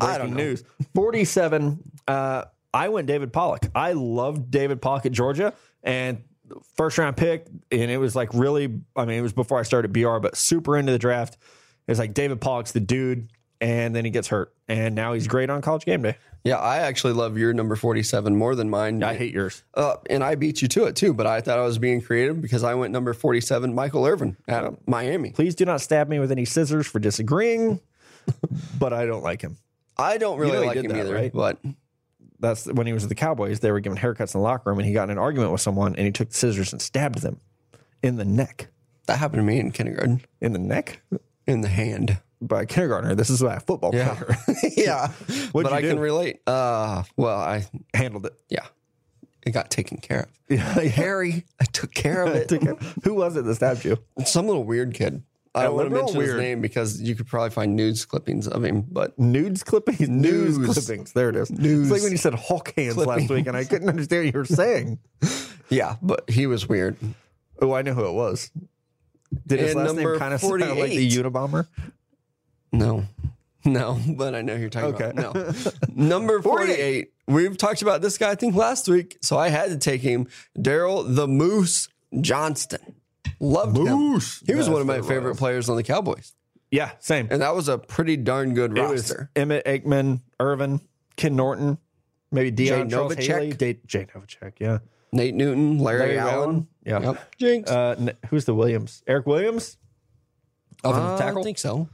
Speaker 1: I don't news. 47. Uh, I went David Pollock. I loved David Pollock at Georgia and first round pick. And it was like really, I mean, it was before I started BR, but super into the draft. It's like David Pollock's the dude. And then he gets hurt. And now he's great on college game day.
Speaker 2: Yeah, I actually love your number 47 more than mine.
Speaker 1: I hate yours.
Speaker 2: Uh, and I beat you to it too, but I thought I was being creative because I went number 47, Michael Irvin at uh, Miami.
Speaker 1: Please do not stab me with any scissors for disagreeing, [LAUGHS] but I don't like him.
Speaker 2: I don't really
Speaker 1: know he
Speaker 2: like
Speaker 1: did
Speaker 2: him
Speaker 1: that,
Speaker 2: either,
Speaker 1: right?
Speaker 2: but
Speaker 1: That's when he was with the Cowboys. They were giving haircuts in the locker room, and he got in an argument with someone, and he took the scissors and stabbed them in the neck.
Speaker 2: that happened to me in kindergarten
Speaker 1: In the neck?
Speaker 2: in
Speaker 1: [LAUGHS]
Speaker 2: the hand.
Speaker 1: By a kindergartner. This is a football player. [LAUGHS]
Speaker 2: yeah. but
Speaker 1: you
Speaker 2: I
Speaker 1: do?
Speaker 2: can relate. Uh, well, I, [LAUGHS]
Speaker 1: Handled it.
Speaker 2: yeah, it got taken care of.
Speaker 1: Yeah.
Speaker 2: Harry, [LAUGHS] I took care
Speaker 1: [LAUGHS]
Speaker 2: of it.
Speaker 1: Who was it that stabbed you?
Speaker 2: Some little weird kid. I don't want to
Speaker 1: liberal
Speaker 2: mention
Speaker 1: weird.
Speaker 2: his name because you could probably find nudes clippings of him, but
Speaker 1: Nudes clippings? News
Speaker 2: News.
Speaker 1: clippings. There it is.
Speaker 2: News.
Speaker 1: It's like when you said Hulk hands last
Speaker 2: Clippings.
Speaker 1: week, and I couldn't understand what you were
Speaker 2: [LAUGHS]
Speaker 1: saying.
Speaker 2: yeah, but he was weird.
Speaker 1: Oh, I know who it was. Did his
Speaker 2: And
Speaker 1: last name
Speaker 2: number
Speaker 1: kind of sound like the
Speaker 2: 48.
Speaker 1: Unabomber?
Speaker 2: No, [LAUGHS] no, but I know who you're talking about. No,
Speaker 1: [LAUGHS]
Speaker 2: number 48.
Speaker 1: 48.
Speaker 2: We've talked about this guy, I think, last week. So I had to take him, Daryl the Moose Johnston. Loved him.
Speaker 1: Moose.
Speaker 2: He was
Speaker 1: That's
Speaker 2: one of my
Speaker 1: what it
Speaker 2: favorite
Speaker 1: was.
Speaker 2: players on the Cowboys.
Speaker 1: Yeah, same.
Speaker 2: And that was a pretty darn good
Speaker 1: It was
Speaker 2: roster.
Speaker 1: Emmett Aikman, Irvin, Ken Norton, maybe Dion
Speaker 2: Jay
Speaker 1: Charles
Speaker 2: Novacek.
Speaker 1: Haley, Da- Jay Novacek, yeah,
Speaker 2: Nate Newton, Larry,
Speaker 1: Larry
Speaker 2: Allen.
Speaker 1: Allen. Yeah.
Speaker 2: Yep. Jinx.
Speaker 1: Uh, n- who's the Williams? Eric Williams,
Speaker 2: I
Speaker 1: offensive
Speaker 2: don't
Speaker 1: tackle.
Speaker 2: think so.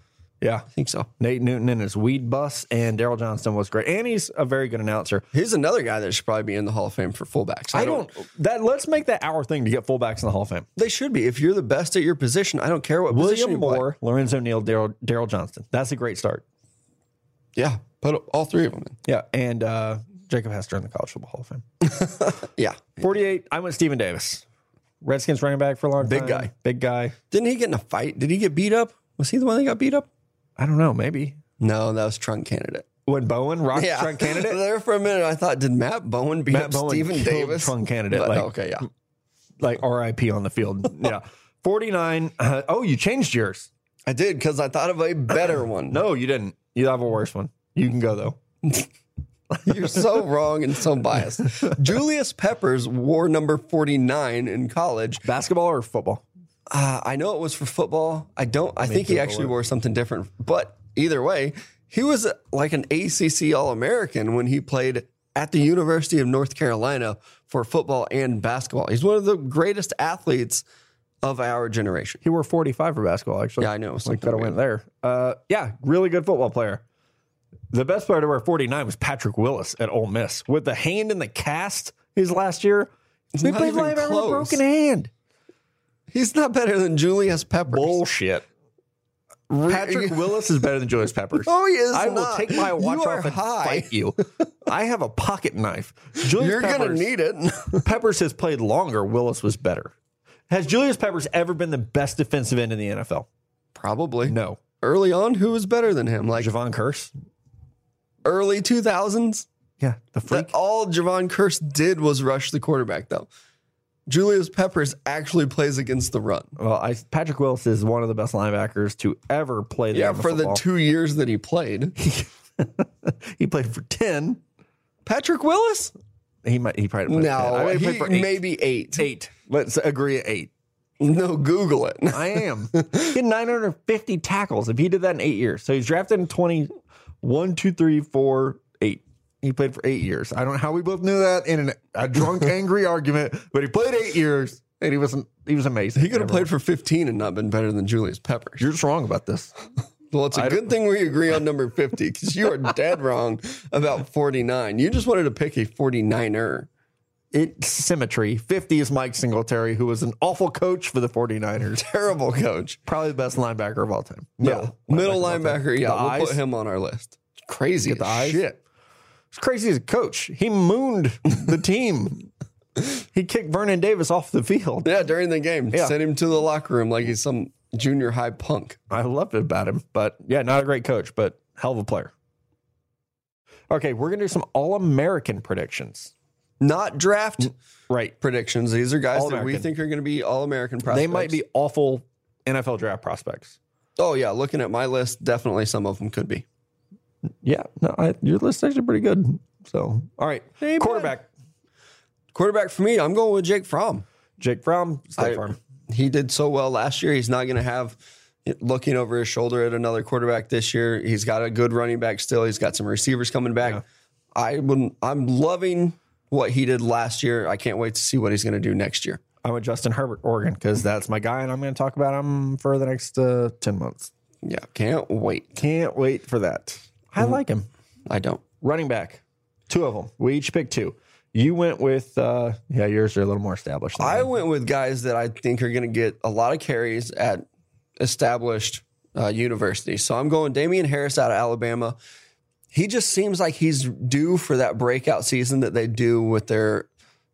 Speaker 1: yeah,
Speaker 2: I think so.
Speaker 1: Nate Newton and his weed bus, and Daryl Johnston was great, and he's a very good announcer.
Speaker 2: Here's another guy that should probably be in the Hall of Fame for fullbacks.
Speaker 1: I don't. That let's make that our thing to get fullbacks in the Hall of Fame.
Speaker 2: They should be. If you're the best at your position, I don't care what position
Speaker 1: William
Speaker 2: you play.
Speaker 1: Moore, Lorenzo Neal, Daryl Daryl Johnston. That's a great start.
Speaker 2: Yeah, put all three of them in.
Speaker 1: Yeah, and uh, Jacob Hester in the College Football Hall of Fame.
Speaker 2: Yeah.
Speaker 1: Forty-eight. I went Steven Davis, Redskins running back for a long
Speaker 2: Big
Speaker 1: time.
Speaker 2: guy.
Speaker 1: big guy.
Speaker 2: Didn't he get in a fight? Did he get beat up? Was he the one that got beat up?
Speaker 1: I don't know. Maybe
Speaker 2: No, that was Trunk Candidate. [LAUGHS]
Speaker 1: when Bowen rocked
Speaker 2: Yeah.
Speaker 1: Trunk candidate.
Speaker 2: [LAUGHS] there for a minute, I thought, did Matt Bowen beat
Speaker 1: Matt
Speaker 2: up
Speaker 1: Bowen
Speaker 2: Stephen
Speaker 1: killed
Speaker 2: Davis?
Speaker 1: Trunk candidate.
Speaker 2: But-
Speaker 1: like,
Speaker 2: okay, yeah.
Speaker 1: like RIP on the field.
Speaker 2: [LAUGHS]
Speaker 1: yeah. 49. Uh, oh, you changed yours.
Speaker 2: I did because I thought of a better one.
Speaker 1: No, you didn't. You have a worse one. You can go though.
Speaker 2: [LAUGHS] You're so wrong and so biased.
Speaker 1: [LAUGHS]
Speaker 2: Julius Peppers wore number 49 in college.
Speaker 1: Basketball or football?
Speaker 2: Uh, I know it was for football. I don't, I think he actually wore something different. But either way, he was uh, like an ACC All American when he played at the University of North Carolina for football and basketball. He's one of the greatest athletes of our generation.
Speaker 1: He wore 45 for basketball, actually.
Speaker 2: Yeah, I know.
Speaker 1: Like,
Speaker 2: something
Speaker 1: could have went
Speaker 2: weird.
Speaker 1: there. Uh, yeah, really good football player. The best player to wear 49 was Patrick Willis at Ole Miss with the hand in the cast his last year. We
Speaker 2: not
Speaker 1: played
Speaker 2: even
Speaker 1: linebacker with a
Speaker 2: close.
Speaker 1: broken hand.
Speaker 2: He's not better than Julius Peppers.
Speaker 1: Bullshit.
Speaker 2: [LAUGHS]
Speaker 1: Patrick Willis is better than Julius Peppers.
Speaker 2: No, Oh, he is
Speaker 1: I will
Speaker 2: not.
Speaker 1: take my watch
Speaker 2: [LAUGHS] You are
Speaker 1: off and
Speaker 2: high.
Speaker 1: fight
Speaker 2: [LAUGHS]
Speaker 1: you. I have a pocket knife. Julius
Speaker 2: You're going to
Speaker 1: Peppers-
Speaker 2: need it. [LAUGHS]
Speaker 1: Peppers has played longer. Willis was better. Has Julius Peppers ever been the best defensive end in the NFL?
Speaker 2: Probably.
Speaker 1: No.
Speaker 2: Early on, who was better than him? Like
Speaker 1: Javon Curse?
Speaker 2: early 2000s?
Speaker 1: Yeah, the freak.
Speaker 2: That all Javon Curse did was rush the quarterback, though. Julius Peppers actually plays against the run.
Speaker 1: well, I, Patrick Willis is one of the best linebackers to ever play the
Speaker 2: Yeah,
Speaker 1: game of
Speaker 2: for
Speaker 1: football.
Speaker 2: the two years that
Speaker 1: [LAUGHS]
Speaker 2: he played.
Speaker 1: he played for ten.
Speaker 2: Patrick Willis?
Speaker 1: He might. He probably played for 10.
Speaker 2: No,
Speaker 1: I mean,
Speaker 2: he
Speaker 1: played for eight.
Speaker 2: maybe 8
Speaker 1: eight. Let's agree at eight.
Speaker 2: No, Google it. [LAUGHS]
Speaker 1: I am. [LAUGHS] he had 950 tackles if he did that in eight years. So he's drafted in 20, one, two, three, four, eight. He played for eight years. I don't know how we both knew that in an, a [LAUGHS] drunk, angry argument, but he played eight years and he was he was amazing.
Speaker 2: He could have played for 15 and not been better than Julius Peppers.
Speaker 1: You're just wrong about this.
Speaker 2: Well, it's a good thing we agree on number 50 because you are dead wrong about 49. You just wanted to pick a 49er.
Speaker 1: It's symmetry. 50 is Mike Singletary, who was an awful coach for the [LAUGHS] 49ers.
Speaker 2: Terrible coach.
Speaker 1: Probably the best linebacker of all time.
Speaker 2: Yeah. Middle linebacker. Yeah,
Speaker 1: The
Speaker 2: we'll
Speaker 1: eyes.
Speaker 2: put him on our list. Crazy.
Speaker 1: Get the
Speaker 2: as
Speaker 1: eyes.
Speaker 2: Shit.
Speaker 1: It's crazy as a coach. He mooned the team. He kicked Vernon Davis off the field.
Speaker 2: Yeah, during the game,
Speaker 1: Yeah.
Speaker 2: sent him to the locker room like he's some junior high punk.
Speaker 1: I love it about him, but yeah, not a great coach, but hell of a player. Okay, we're gonna do some All American predictions.
Speaker 2: Not draft
Speaker 1: Right,
Speaker 2: predictions. These are guys that we
Speaker 1: Mm. All-American.
Speaker 2: think are going to be all American prospects.
Speaker 1: they might be awful NFL draft prospects.
Speaker 2: Oh yeah, looking at my list, definitely some of them could be.
Speaker 1: Yeah, no, I, your list actually pretty good. So, all right,
Speaker 2: Amen.
Speaker 1: quarterback
Speaker 2: Quarterback for me, I'm going with Jake Fromm.
Speaker 1: Jake Fromm, State
Speaker 2: I-
Speaker 1: Farm.
Speaker 2: He did so well last year. He's not going to have it looking over his shoulder at another quarterback this year. He's got a good running back still. He's got some receivers coming back. I would I'm loving what he did last year. I can't wait to see what he's going to do next year.
Speaker 1: I'm with Justin Herbert, Oregon, because that's my guy, and I'm going to talk about him for the next uh, ten months.
Speaker 2: Yeah, can't wait.
Speaker 1: Can't wait for that. I like him.
Speaker 2: I don't.
Speaker 1: Running back, two of them. We each picked two. You went with uh, yeah, yours are a little more established. than
Speaker 2: I
Speaker 1: mine.
Speaker 2: went with guys that I think are going to get a lot of carries at established uh, universities. So I'm going Damian Harris out of Alabama. He just seems like he's due for that breakout season that they do with their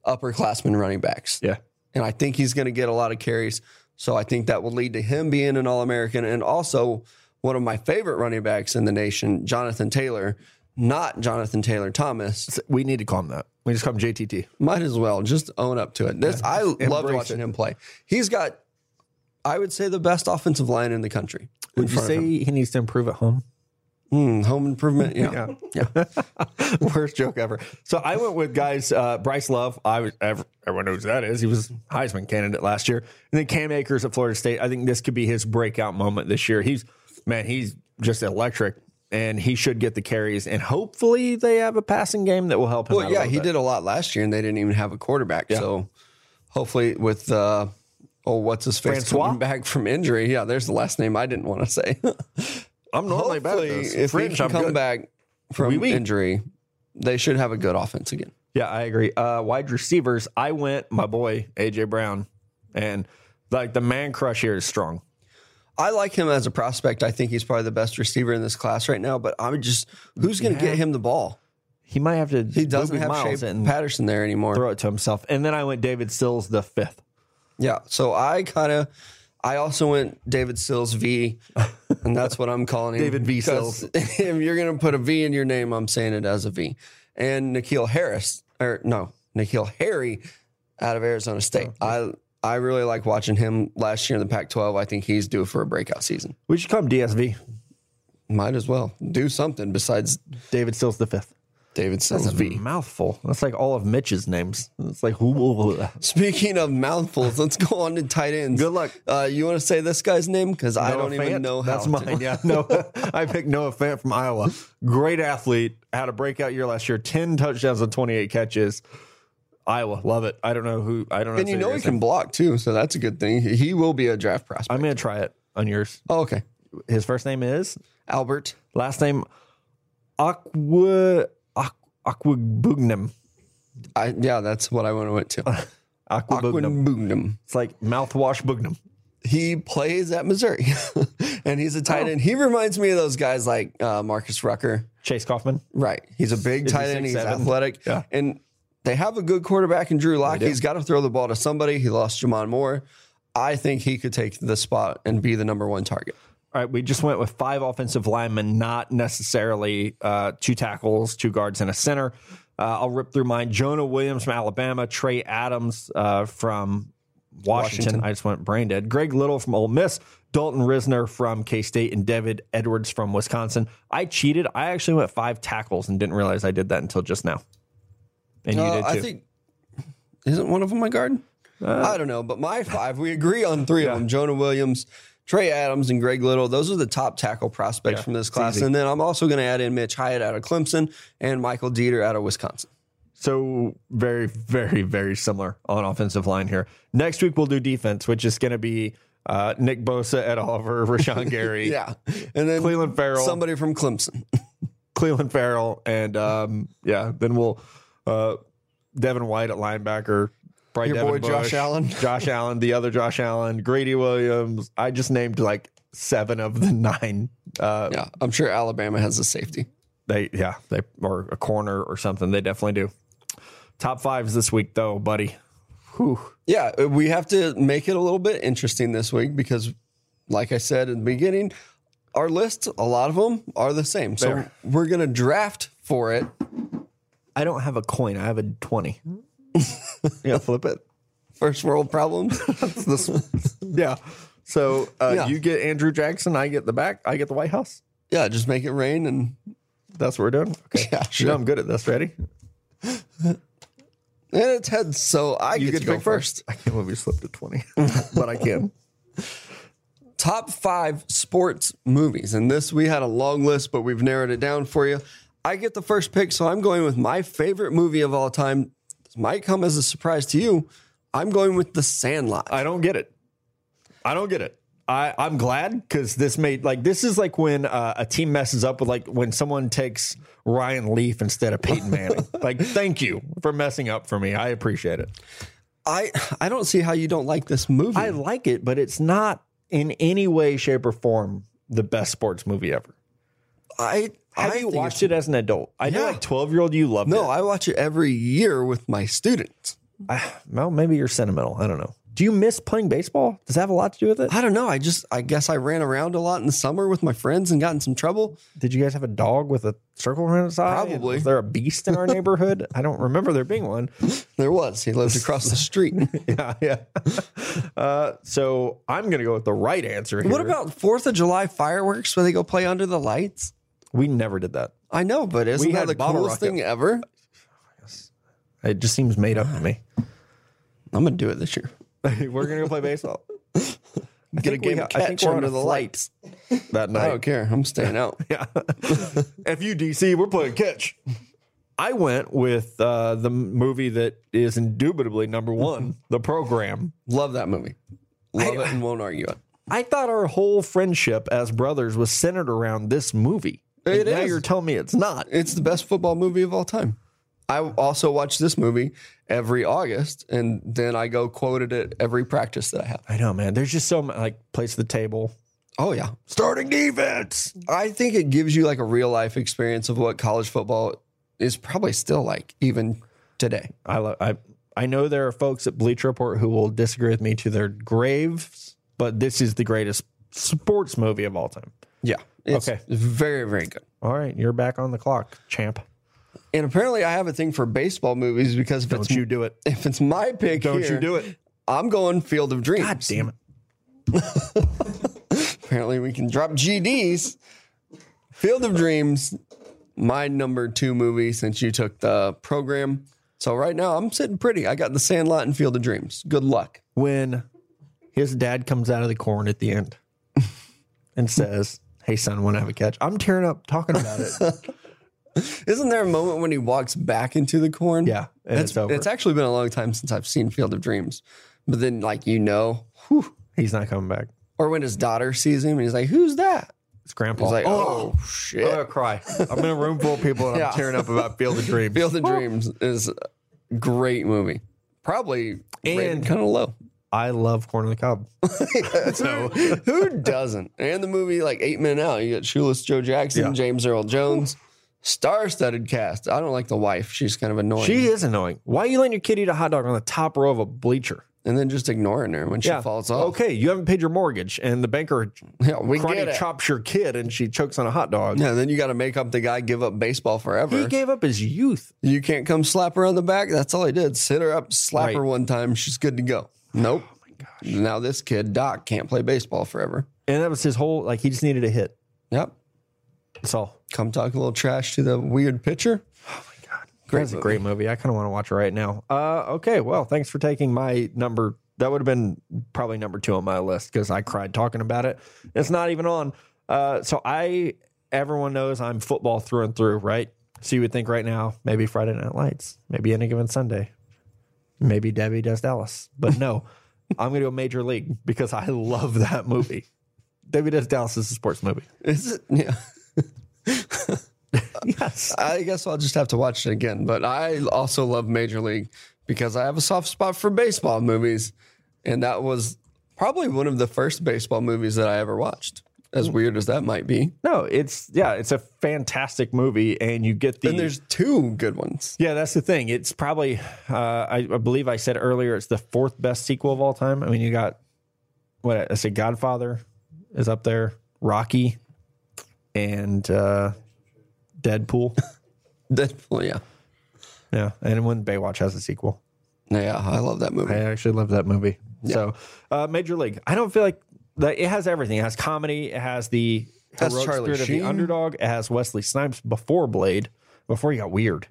Speaker 2: upperclassmen running backs.
Speaker 1: yeah,
Speaker 2: And I think he's going to get a lot of carries. So I think that will lead to him being an All American and also one of my favorite running backs in the nation, Jonathan Taylor, not Jonathan Taylor Thomas.
Speaker 1: we need to call him that. We just call him JTT.
Speaker 2: Might as well just own up to it. This I loved watching him play. He's got, I would say, the best offensive line in the country. in
Speaker 1: Would you
Speaker 2: front
Speaker 1: say
Speaker 2: of him.
Speaker 1: he needs to improve at home?
Speaker 2: Hmm, home improvement?
Speaker 1: [LAUGHS]
Speaker 2: Yeah.
Speaker 1: Worst joke ever. So I went with guys uh, Bryce Love. I was ev- everyone knows who that is. He was Heisman candidate last year, and then Cam Akers at Florida State. I think this could be his breakout moment this year. He's man, he's just electric, and he should get the carries. And hopefully, they have a passing game that will help him.
Speaker 2: Well,
Speaker 1: out
Speaker 2: yeah, he did a lot last year, and they didn't even have a quarterback. So hopefully, with uh, oh, what's his face
Speaker 1: Francois?
Speaker 2: coming back from injury? Yeah, there's the last name I didn't want
Speaker 1: [LAUGHS]
Speaker 2: to say.
Speaker 1: I'm normally bad at
Speaker 2: hopefully,
Speaker 1: this.
Speaker 2: if
Speaker 1: Fringe,
Speaker 2: he can
Speaker 1: I'm
Speaker 2: come
Speaker 1: good.
Speaker 2: back from
Speaker 1: Oui, oui.
Speaker 2: injury, they should have a good offense again.
Speaker 1: Yeah, I agree. Uh, wide receivers, I went my boy AJ Brown, and like the man crush here is strong.
Speaker 2: I like him as a prospect. I think he's probably the best receiver in this class right now. But I'm just, who's going to get him the ball?
Speaker 1: He might have to.
Speaker 2: He doesn't have Shea Patterson there anymore.
Speaker 1: throw it to himself. And then I went David Sills the fifth.
Speaker 2: Yeah. So I kind of, I also went David Sills
Speaker 1: [LAUGHS]
Speaker 2: V, and that's what I'm calling him.
Speaker 1: David V.
Speaker 2: 'Cause
Speaker 1: Sills.
Speaker 2: [LAUGHS] if you're going to put a V in your name, I'm saying it as a V. And Nikhil Harris, or no, Nikhil Harry out of Arizona State.
Speaker 1: Oh,
Speaker 2: I, I really like watching him last year in the Pac 12. I think he's due for a breakout season.
Speaker 1: We should call him DSV.
Speaker 2: Might as well do something besides
Speaker 1: David Sills the fifth.
Speaker 2: David Sills
Speaker 1: That's a
Speaker 2: V.
Speaker 1: mouthful. That's like all of Mitch's names. It's like who- who- who-
Speaker 2: Speaking of mouthfuls, let's go on to tight ends.
Speaker 1: Good luck.
Speaker 2: Uh, you want to say this guy's name? Because I
Speaker 1: Noah
Speaker 2: don't
Speaker 1: Fant.
Speaker 2: even know how.
Speaker 1: That's
Speaker 2: to.
Speaker 1: mine. Yeah, no, [LAUGHS] I picked Noah Fant from Iowa. Great athlete. Had a breakout year last year. Ten touchdowns and twenty eight catches. Iowa, love it. I don't know who. I don't know.
Speaker 2: [LAUGHS] And you
Speaker 1: who
Speaker 2: know
Speaker 1: it
Speaker 2: he
Speaker 1: is.
Speaker 2: can block too, so that's a good thing. He he will be a draft prospect.
Speaker 1: I'm gonna try it on yours.
Speaker 2: oh, okay.
Speaker 1: His first name is
Speaker 2: Albert.
Speaker 1: last name Aqua Aquabugnum.
Speaker 2: I yeah, that's what I want to
Speaker 1: [LAUGHS]
Speaker 2: went to.
Speaker 1: Aquabugnum.
Speaker 2: Aquin Boondum.
Speaker 1: It's like mouthwash Bugnum.
Speaker 2: He plays at Missouri, [LAUGHS] and he's a tight
Speaker 1: Oh.
Speaker 2: end. He reminds me of those guys like uh, Marcus Rucker.
Speaker 1: Chase Kaufman.
Speaker 2: Right, he's a big
Speaker 1: he
Speaker 2: tight end. He's
Speaker 1: 6'7"?
Speaker 2: athletic,
Speaker 1: Yeah.
Speaker 2: and they have a good quarterback in Drew Lock. He's got to throw the ball to somebody. He lost Jamon Moore. I think he could take the spot and be the number one target.
Speaker 1: All right, we just went with five offensive linemen, not necessarily uh, two tackles, two guards, and a center. Uh, I'll rip through mine. Jonah Williams from Alabama, Trey Adams uh, from Washington.
Speaker 2: Washington.
Speaker 1: I just went brain dead. Greg Little from Ole Miss, Dalton Risner from K State, and David Edwards from Wisconsin. I cheated. I actually went five tackles and didn't realize I did that until just now. And you
Speaker 2: Uh,
Speaker 1: did too. Uh,
Speaker 2: I think isn't one of them my guard? I don't know, but my five, we agree on three of them: Jonah Williams, Trey Adams, and Greg Little. Those are the top tackle prospects from this class. And then I'm also going to add in Mitch Hyatt out of Clemson and Michael Dieter out of Wisconsin.
Speaker 1: So very, very, very similar on offensive line here. Next week we'll do defense, which is going to be uh, Nick Bosa, Ed Oliver,
Speaker 2: [LAUGHS]
Speaker 1: Rashawn Gary,
Speaker 2: Yeah, and then
Speaker 1: Cleveland Farrell,
Speaker 2: somebody from Clemson.
Speaker 1: Cleveland Farrell, and um, yeah, then we'll uh, Devin White at linebacker. Probably
Speaker 2: Your
Speaker 1: Devin
Speaker 2: boy Josh
Speaker 1: Bush, [LAUGHS]
Speaker 2: Allen.
Speaker 1: Josh Allen, the other Josh Allen, Grady Williams. I just named like seven of the nine. Uh,
Speaker 2: Yeah, I'm sure Alabama has a safety.
Speaker 1: They yeah they or a corner or something. They definitely do. Top fives this week, though, buddy. Whew.
Speaker 2: Yeah, uh, we have to make it a little bit interesting this week because, like I said in the beginning, our list, a lot of them are the same. So
Speaker 1: Fair.
Speaker 2: we're going to draft for it.
Speaker 1: I don't have a coin. I have a [LAUGHS] 20.
Speaker 2: Yeah, flip it. First world
Speaker 1: [LAUGHS]
Speaker 2: problems.
Speaker 1: Yeah. So uh,
Speaker 2: Yeah.
Speaker 1: you get Andrew Jackson. I get the back. I get the White House.
Speaker 2: yeah, just make it rain and
Speaker 1: That's what we're doing. Okay.
Speaker 2: [LAUGHS] yeah,
Speaker 1: You know
Speaker 2: sure.
Speaker 1: I'm good at this. Ready?
Speaker 2: And it's heads, so I
Speaker 1: You
Speaker 2: get to pick first.
Speaker 1: I can't believe we slipped to 20, [LAUGHS] but I can.
Speaker 2: Top five sports movies, and this we had a long list, but we've narrowed it down for you. I get the first pick, so I'm going with my favorite movie of all time. This might come as a surprise to you. I'm going with The Sandlot.
Speaker 1: I don't get it. I don't get it. I, I'm glad because this made like this is like when uh, a team messes up with like when someone takes Ryan Leaf instead of Peyton [LAUGHS] Manning. like, thank you for messing up for me. I appreciate it.
Speaker 2: I I don't see how you don't like this movie.
Speaker 1: I like it, but it's not in any way, shape, or form the best sports movie ever.
Speaker 2: I
Speaker 1: Have
Speaker 2: I
Speaker 1: you
Speaker 2: think
Speaker 1: watched it as an adult? I know
Speaker 2: Yeah.
Speaker 1: like 12 year old you loved
Speaker 2: No,
Speaker 1: it.
Speaker 2: I watch it every year with my students.
Speaker 1: I, Ah, well, maybe you're sentimental. I don't know. Do you miss playing baseball? Does that have a lot to do with it?
Speaker 2: I don't know. I just I guess I ran around a lot in the summer with my friends and got in some trouble.
Speaker 1: Did you guys have a dog with a circle around its eye? And
Speaker 2: Probably.
Speaker 1: Was there a beast in our
Speaker 2: [LAUGHS]
Speaker 1: neighborhood? I don't remember there being one.
Speaker 2: There was. He lived across the [LAUGHS] street.
Speaker 1: Yeah, yeah. [LAUGHS] Uh, so I'm going to go with the right answer here.
Speaker 2: what about Fourth of July fireworks where they go play under the lights?
Speaker 1: We never did that.
Speaker 2: I know, but isn't
Speaker 1: We
Speaker 2: that
Speaker 1: had
Speaker 2: the
Speaker 1: bottle
Speaker 2: coolest
Speaker 1: rocket.
Speaker 2: thing ever?
Speaker 1: It just seems made up to me.
Speaker 2: I'm gonna do it this year.
Speaker 1: [LAUGHS] We're going to go play
Speaker 2: [LAUGHS]
Speaker 1: baseball. Get a
Speaker 2: think we
Speaker 1: game
Speaker 2: ha-
Speaker 1: of catch
Speaker 2: I think we're
Speaker 1: under
Speaker 2: on a
Speaker 1: the
Speaker 2: flight.
Speaker 1: lights that
Speaker 2: I
Speaker 1: night.
Speaker 2: don't care. I'm staying out. [LAUGHS]
Speaker 1: Yeah. FU DC, we're playing catch. I went with uh, the movie that is indubitably number one,
Speaker 2: [LAUGHS]
Speaker 1: The Program.
Speaker 2: Love that movie. Love it [LAUGHS] and won't argue it.
Speaker 1: I thought our whole friendship as brothers was centered around this movie.
Speaker 2: It
Speaker 1: And now
Speaker 2: is.
Speaker 1: you're telling me it's not.
Speaker 2: It's the best football movie of all time. I also watch this movie every August, and then I go quoted it every practice that I have.
Speaker 1: I know, man. There's just so much, like, place the table.
Speaker 2: Oh yeah,
Speaker 1: Starting defense.
Speaker 2: I think it gives you like a real life experience of what college football is probably still like even today.
Speaker 1: I, lo- I, I know there are folks at Bleach Report who will disagree with me to their graves, but this is the greatest sports movie of all time.
Speaker 2: Yeah. It's
Speaker 1: Okay.
Speaker 2: Very very good.
Speaker 1: All right, you're back on the clock, champ.
Speaker 2: And apparently, I have a thing for baseball movies because if
Speaker 1: Don't
Speaker 2: it's
Speaker 1: you do it.
Speaker 2: if it's my pick,
Speaker 1: Don't
Speaker 2: here,
Speaker 1: you do it.
Speaker 2: I'm going Field of Dreams.
Speaker 1: God damn it.
Speaker 2: Apparently, we can drop GDs. Field of Dreams, my number two movie since you took the program. So right now, I'm sitting pretty. I got The Sandlot and Field of Dreams. Good luck.
Speaker 1: When his dad comes out of the corn at the
Speaker 2: [LAUGHS]
Speaker 1: end and says, Hey, son, want to have a catch? I'm tearing up talking about
Speaker 2: [LAUGHS]
Speaker 1: it.
Speaker 2: Isn't there a moment when he walks back into the corn?
Speaker 1: Yeah, and
Speaker 2: That's,
Speaker 1: it's over.
Speaker 2: It's actually been a long time since I've seen Field of Dreams. But then, like, you know,
Speaker 1: He's not coming back.
Speaker 2: or when his daughter sees him and he's like, who's that?
Speaker 1: It's grandpa.
Speaker 2: He's like, oh,
Speaker 1: I'm
Speaker 2: shit.
Speaker 1: going to cry. I'm in a room full of people and
Speaker 2: Yeah.
Speaker 1: I'm tearing up about
Speaker 2: [LAUGHS]
Speaker 1: Field of Dreams.
Speaker 2: Field of Dreams is a great movie. Probably
Speaker 1: And-
Speaker 2: kind
Speaker 1: [LAUGHS]
Speaker 2: of low.
Speaker 1: I love Corn on the Cob.
Speaker 2: [LAUGHS] so who doesn't? And the movie like Eight Men Out. You got Shoeless Joe Jackson,
Speaker 1: Yeah.
Speaker 2: James Earl Jones, star-studded cast. I don't like the wife. She's kind of annoying.
Speaker 1: She is annoying. Why are you letting your kid eat a hot dog on the top row of a bleacher?
Speaker 2: and then just ignoring her when she falls off.
Speaker 1: Okay, you haven't paid your mortgage, and the banker
Speaker 2: [LAUGHS] Yeah, we get
Speaker 1: karate
Speaker 2: it.
Speaker 1: chops your kid and she chokes on a hot dog.
Speaker 2: yeah, then you got to make up the guy give up baseball
Speaker 1: He
Speaker 2: forever.
Speaker 1: gave up his youth.
Speaker 2: you can't come slap her on the back. That's all he did. Sit her up, slap
Speaker 1: Right. Oh
Speaker 2: her one time. She's good to go. Nope. Now this kid Doc can't play baseball forever.
Speaker 1: And that was his whole like he just needed a hit.
Speaker 2: Yep.
Speaker 1: That's all.
Speaker 2: Come talk a little trash to the weird pitcher.
Speaker 1: Great That's a great movie. I kind of want to watch it right now. Uh, okay, well, thanks for taking my number. That would have been probably number two on my list because I cried talking about it. It's not even on. Uh, so I, everyone knows I'm football through and through, right? So you would think right now, maybe Friday Night Lights, maybe any given Sunday, maybe Debbie Does Dallas, but [LAUGHS] no, I'm going to go Major League because I love that movie. Debbie Does Dallas is a sports movie.
Speaker 2: Is it? [LAUGHS] Yeah.
Speaker 1: Yes.
Speaker 2: I guess I'll just have to watch it again. But I also love Major League because I have a soft spot for baseball movies. And that was probably one of the first baseball movies that I ever watched. as weird as that might be.
Speaker 1: No, it's yeah, it's a fantastic movie, and you get the
Speaker 2: And there's two good ones.
Speaker 1: yeah. That's the thing. It's probably uh, I, I believe I said earlier it's the fourth best sequel of all time. I mean, you got what I said. Godfather is up there, Rocky, and uh, [LAUGHS] Deadpool.
Speaker 2: That, well, yeah.
Speaker 1: yeah, and when Baywatch has a sequel.
Speaker 2: Yeah, I love that movie.
Speaker 1: I actually love that movie. So, uh, Major League. I don't feel like that. It has everything. It has comedy. It has the
Speaker 2: Has
Speaker 1: heroic
Speaker 2: Charlie
Speaker 1: spirit of
Speaker 2: Sheen.
Speaker 1: the underdog. It has Wesley Snipes before Blade, before he got weird.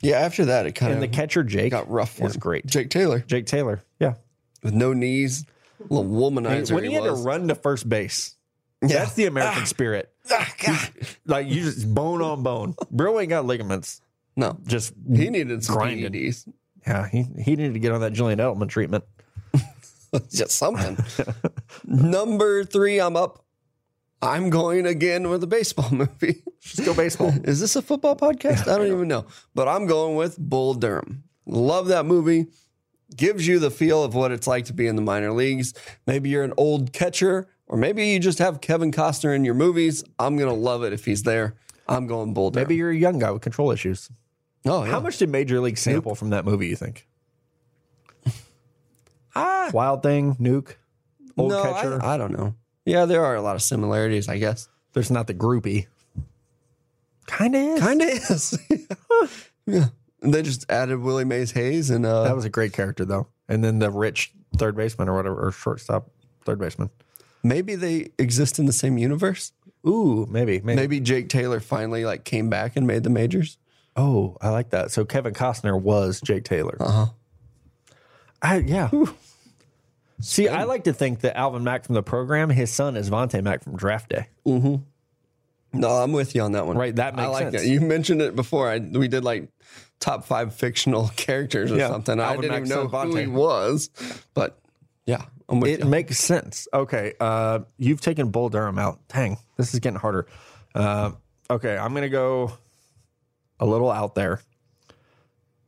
Speaker 2: Yeah, after that, it kind
Speaker 1: And the
Speaker 2: of
Speaker 1: catcher Jake
Speaker 2: got rough for
Speaker 1: is
Speaker 2: him.
Speaker 1: great.
Speaker 2: Jake Taylor
Speaker 1: Jake Taylor. Yeah,
Speaker 2: with no knees, little womanizer.
Speaker 1: when
Speaker 2: he
Speaker 1: he, had
Speaker 2: was.
Speaker 1: to run to first base, that's the American spirit.
Speaker 2: Ah, God.
Speaker 1: Like you just bone on
Speaker 2: [LAUGHS]
Speaker 1: bone. Bro ain't got ligaments.
Speaker 2: No,
Speaker 1: Just
Speaker 2: he needed some E
Speaker 1: Grinded.
Speaker 2: [LAUGHS] PEDs.
Speaker 1: yeah, he he needed to get on that Julian Edelman treatment. [LAUGHS]
Speaker 2: Just something. Number three, I'm up. I'm going again with a baseball [LAUGHS] movie.
Speaker 1: Just go
Speaker 2: [LAUGHS]
Speaker 1: baseball.
Speaker 2: Is this a football podcast? I don't even know. But I'm going with Bull Durham. Love that movie. Gives you the feel of what it's like to be in the minor leagues. Maybe you're an old catcher, or maybe you just have Kevin Costner in your movies. I'm gonna love it if he's there. I'm going Bull Durham.
Speaker 1: Maybe you're a young guy with control issues.
Speaker 2: oh, yeah.
Speaker 1: How much did Major League sample from that movie? You think?
Speaker 2: Ah,
Speaker 1: Wild Thing, Nuke, Old
Speaker 2: no, I-
Speaker 1: Catcher.
Speaker 2: I don't know. Yeah, there are a lot of similarities,
Speaker 1: [LAUGHS]
Speaker 2: I guess.
Speaker 1: There's not the groupie. Kind of is.
Speaker 2: Kind of is. [LAUGHS] yeah. They just added Willie Mays Hayes and uh,
Speaker 1: That was a great character though. And then the rich third baseman or whatever, or shortstop third baseman.
Speaker 2: maybe they exist in the same universe.
Speaker 1: Ooh, maybe, maybe.
Speaker 2: Maybe Jake Taylor finally like came back and made the majors.
Speaker 1: Oh, I like that. So Kevin Costner was Jake Taylor.
Speaker 2: Uh-huh.
Speaker 1: I, yeah. See, I like to think that Alvin Mack from the program, his son is Vontae Mack from Draft Day.
Speaker 2: No, I'm with you on that one.
Speaker 1: Right, that
Speaker 2: I
Speaker 1: makes
Speaker 2: like
Speaker 1: sense.
Speaker 2: that. You mentioned it before. I, we did like top five fictional [LAUGHS] characters or
Speaker 1: Yeah.
Speaker 2: something. I
Speaker 1: Alvin
Speaker 2: didn't even
Speaker 1: Mack's
Speaker 2: know
Speaker 1: son,
Speaker 2: who he
Speaker 1: Vontae.
Speaker 2: was, but yeah, I'm with
Speaker 1: It
Speaker 2: you.
Speaker 1: makes sense. Okay, uh, you've taken Bull Durham out. Dang, this is getting harder. Uh, okay, I'm gonna go a little out there.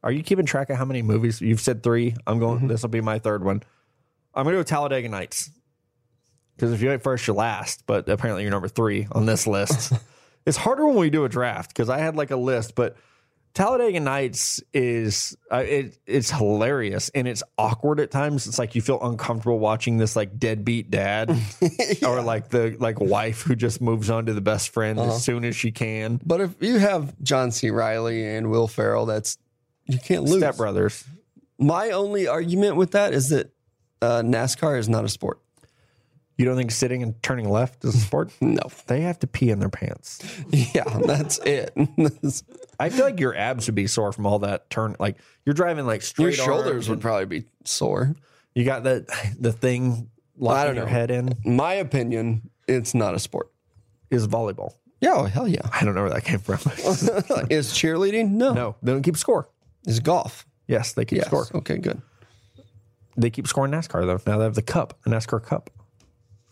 Speaker 1: Are you keeping track of how many movies you've said? Three. I'm going. This will be my third one. I'm gonna go Talladega Nights because if you ain't first, you're last. But apparently, you're number three on this list. it's harder when we do a draft because I had like a list, but Talladega Nights is uh, it it's hilarious and it's awkward at times. It's like you feel uncomfortable watching this like deadbeat
Speaker 2: [LAUGHS]
Speaker 1: dad or like the like wife who just moves on to the best friend
Speaker 2: Uh-huh.
Speaker 1: as soon as she can.
Speaker 2: But if you have John C. Riley and Will Ferrell, that's you can't lose.
Speaker 1: Step brothers.
Speaker 2: My only argument with that is that uh, NASCAR is not a sport.
Speaker 1: You don't think sitting and turning left is a
Speaker 2: [LAUGHS]
Speaker 1: sport?
Speaker 2: No.
Speaker 1: they have to pee in their pants.
Speaker 2: Yeah, that's it. [LAUGHS]
Speaker 1: I feel like your abs would be sore from all that turn. Like you're driving like
Speaker 2: Your
Speaker 1: straight.
Speaker 2: shoulders
Speaker 1: arms
Speaker 2: would
Speaker 1: and
Speaker 2: probably be sore.
Speaker 1: You got that the thing
Speaker 2: I don't
Speaker 1: locking your
Speaker 2: know.
Speaker 1: head in
Speaker 2: In my opinion, it's not a sport.
Speaker 1: is volleyball.
Speaker 2: Yeah, oh, hell yeah.
Speaker 1: I don't know where that came from.
Speaker 2: [LAUGHS] is cheerleading? No.
Speaker 1: no, they don't keep score.
Speaker 2: Is golf?
Speaker 1: Yes, they keep
Speaker 2: Yes.
Speaker 1: score.
Speaker 2: Okay, good.
Speaker 1: They keep scoring NASCAR though. Now they have the cup, the NASCAR Cup.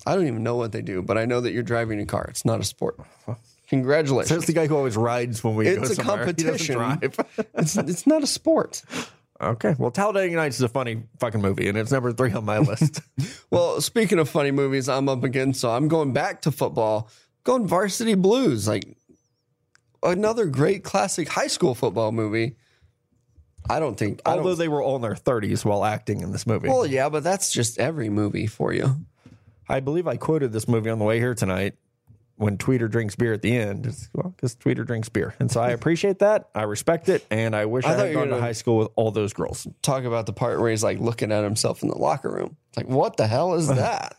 Speaker 2: I don't even know what they do, but I know that you're driving a car. It's not a sport. [LAUGHS] Congratulations.
Speaker 1: That's the guy who always rides when we
Speaker 2: It's a competition. [LAUGHS] it's, it's not a sport.
Speaker 1: okay, well, Talladega Nights is a funny fucking movie, and it's number three on my [LAUGHS] list.
Speaker 2: Well, speaking of funny movies, I'm up again, so I'm going back to football. Going Varsity Blues, like another great classic high school football movie. I don't think. I
Speaker 1: Although
Speaker 2: don't,
Speaker 1: they were all in their thirties while acting in this movie.
Speaker 2: well, yeah, but that's just every movie for you.
Speaker 1: I believe I quoted this movie on the way here tonight when Tweeter drinks beer at the end. It's, well, because Tweeter drinks beer. And so I appreciate that. I respect it. And I wish I,
Speaker 2: thought
Speaker 1: had
Speaker 2: you
Speaker 1: gone
Speaker 2: were
Speaker 1: to
Speaker 2: gonna-
Speaker 1: high school with all those girls.
Speaker 2: Talk about the part where he's like looking at himself in the locker room. It's like, what the
Speaker 1: [LAUGHS]
Speaker 2: hell is that?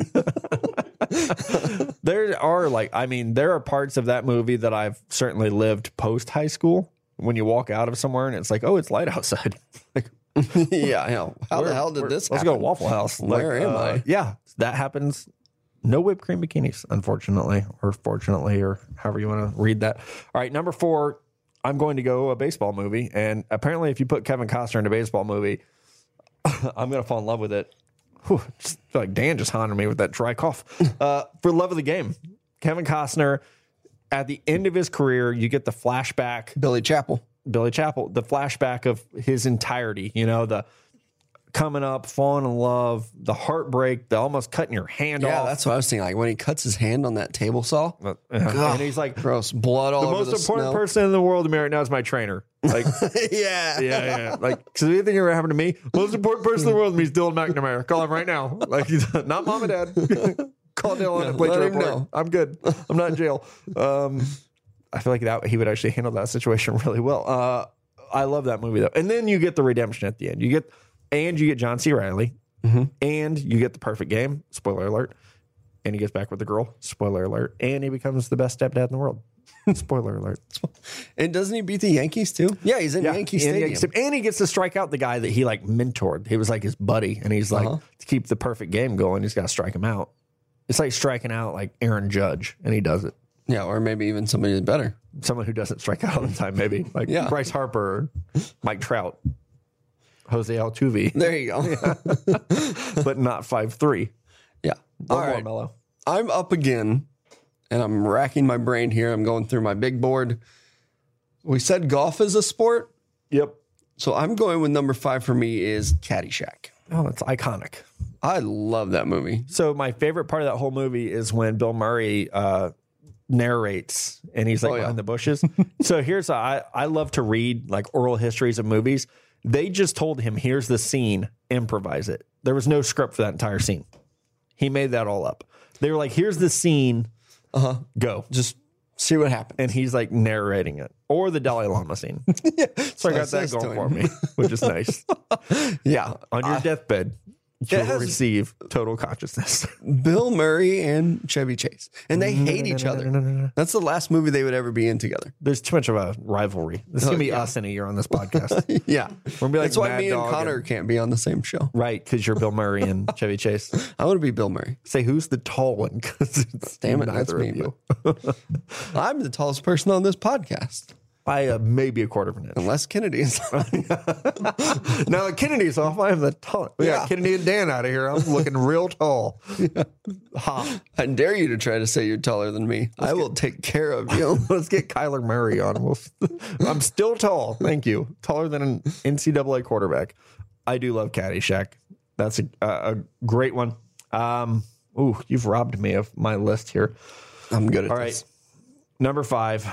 Speaker 2: [LAUGHS]
Speaker 1: There are like, I mean, there are parts of that movie that I've certainly lived post high school when you walk out of somewhere and it's like, oh, it's light [LAUGHS] outside. Like,
Speaker 2: yeah, yeah. How the hell did
Speaker 1: where-
Speaker 2: this
Speaker 1: Let's
Speaker 2: happen?
Speaker 1: go to Waffle House. uh,
Speaker 2: Where am I?
Speaker 1: Yeah, that happens. No whipped cream bikinis, unfortunately, or fortunately, or however you want to read that. All right, number four. I'm going to go a baseball movie, and apparently, if you put Kevin Costner in a baseball movie, [LAUGHS] I'm going to fall in love with it. Whew, just feel like Dan just haunted me with that dry
Speaker 2: [LAUGHS]
Speaker 1: cough. Uh, for love of the game, Kevin Costner. At the end of his career, you get the flashback
Speaker 2: Billy Chapel.
Speaker 1: Billy Chappell, the flashback of his entirety, you know, the coming up, falling in love, the heartbreak, the almost cutting your hand
Speaker 2: Yeah,
Speaker 1: off.
Speaker 2: that's what I was thinking. Like when he cuts his hand on that table saw,
Speaker 1: But- [LAUGHS] and he's like, the
Speaker 2: gross blood all over
Speaker 1: most
Speaker 2: the
Speaker 1: important
Speaker 2: snow.
Speaker 1: person in the world to me right now is my trainer. Like,
Speaker 2: [LAUGHS]
Speaker 1: yeah,
Speaker 2: yeah.
Speaker 1: yeah. Like, because anything ever happened to me, most important person in the world to me is Dylan McNamara. Call him right now. Like, he's [LAUGHS] not mom and dad. Call Dylan and play
Speaker 2: let him
Speaker 1: report.
Speaker 2: know.
Speaker 1: I'm good. I'm not in jail. Um, I feel like that he would actually handle that situation [LAUGHS] really well. Uh, I love that movie though. And then you get the redemption at the end. You get and you get John C. Riley,
Speaker 2: Mm-hmm.
Speaker 1: and you get the perfect game. Spoiler alert. And he gets back with the girl. Spoiler alert. And he becomes the best stepdad in the
Speaker 2: [LAUGHS]
Speaker 1: world. Spoiler alert.
Speaker 2: And doesn't he beat the Yankees too? Yeah, he's in
Speaker 1: Yeah,
Speaker 2: Yankee
Speaker 1: and he-
Speaker 2: Stadium.
Speaker 1: and he gets to strike out the guy that he like mentored. He was like his buddy, and he's
Speaker 2: Uh-huh.
Speaker 1: like to keep the perfect game going. He's got to strike him out. It's like striking out like Aaron Judge, and he does it.
Speaker 2: yeah, or maybe even somebody better.
Speaker 1: Someone who doesn't strike out all the time, maybe
Speaker 2: [LAUGHS]
Speaker 1: like
Speaker 2: Yeah.
Speaker 1: Bryce Harper, Mike Trout, Jose
Speaker 2: [LAUGHS]
Speaker 1: Altuve,
Speaker 2: There you go. Yeah.
Speaker 1: but not five three.
Speaker 2: All right.
Speaker 1: Mello.
Speaker 2: I'm up again and I'm racking my brain here. I'm going through my big board. We said golf is a sport.
Speaker 1: Yep.
Speaker 2: So I'm going with number five for me is Caddyshack.
Speaker 1: Oh, that's iconic.
Speaker 2: I love that movie.
Speaker 1: So my favorite part of that whole movie is when Bill Murray uh, narrates and he's like
Speaker 2: Oh, yeah.
Speaker 1: behind the
Speaker 2: [LAUGHS]
Speaker 1: bushes. so here's uh, I I love to read like oral histories of movies. They just told him here's the scene, improvise it. There was no script for that entire scene. He made that all up. They were like here's the scene, uh-huh. go.
Speaker 2: Just see what [LAUGHS] happens.
Speaker 1: And he's like narrating it, or the Dalai Lama
Speaker 2: [LAUGHS]
Speaker 1: scene. so I got
Speaker 2: That's
Speaker 1: that
Speaker 2: nice
Speaker 1: going
Speaker 2: to
Speaker 1: for
Speaker 2: him.
Speaker 1: me, which is
Speaker 2: [LAUGHS]
Speaker 1: nice.
Speaker 2: Yeah.
Speaker 1: On your deathbed, you'll
Speaker 2: has-
Speaker 1: receive total consciousness.
Speaker 2: Bill Murray and Chevy Chase. And they hate each [LAUGHS] other. That's the last movie they would ever be in together. [LAUGHS]
Speaker 1: There's too much of a rivalry. This is gonna be us in a year on this podcast.
Speaker 2: Oh, [LAUGHS] Yeah.
Speaker 1: We're gonna be like
Speaker 2: That's why
Speaker 1: Mad
Speaker 2: me and
Speaker 1: Dog
Speaker 2: Connor can't be on the same show.
Speaker 1: right? Because you're Bill Murray
Speaker 2: [LAUGHS]
Speaker 1: and Chevy Chase.
Speaker 2: I want to be Bill Murray.
Speaker 1: Say who's the tall one? [LAUGHS] Because it's
Speaker 2: Damn it,
Speaker 1: neither
Speaker 2: that's
Speaker 1: of
Speaker 2: me,
Speaker 1: you.
Speaker 2: I'm the tallest person on this podcast,
Speaker 1: by uh, maybe a quarter of an inch.
Speaker 2: unless Kennedy is. [LAUGHS]
Speaker 1: now that Kennedy's off, I am the tall. We
Speaker 2: Yeah.
Speaker 1: got Kennedy and Dan out of here. I'm looking real tall. [LAUGHS] Ha.
Speaker 2: I dare you to try to say you're taller than me. I will take care of you. [LAUGHS]
Speaker 1: Let's get Kyler Murray on. We'll, [LAUGHS] I'm still tall. Thank you. Taller than an NCAA quarterback. I do love Caddyshack. That's a, a a great one. Um, ooh, you've robbed me of my list here.
Speaker 2: I'm good at
Speaker 1: All right.
Speaker 2: this.
Speaker 1: Number five,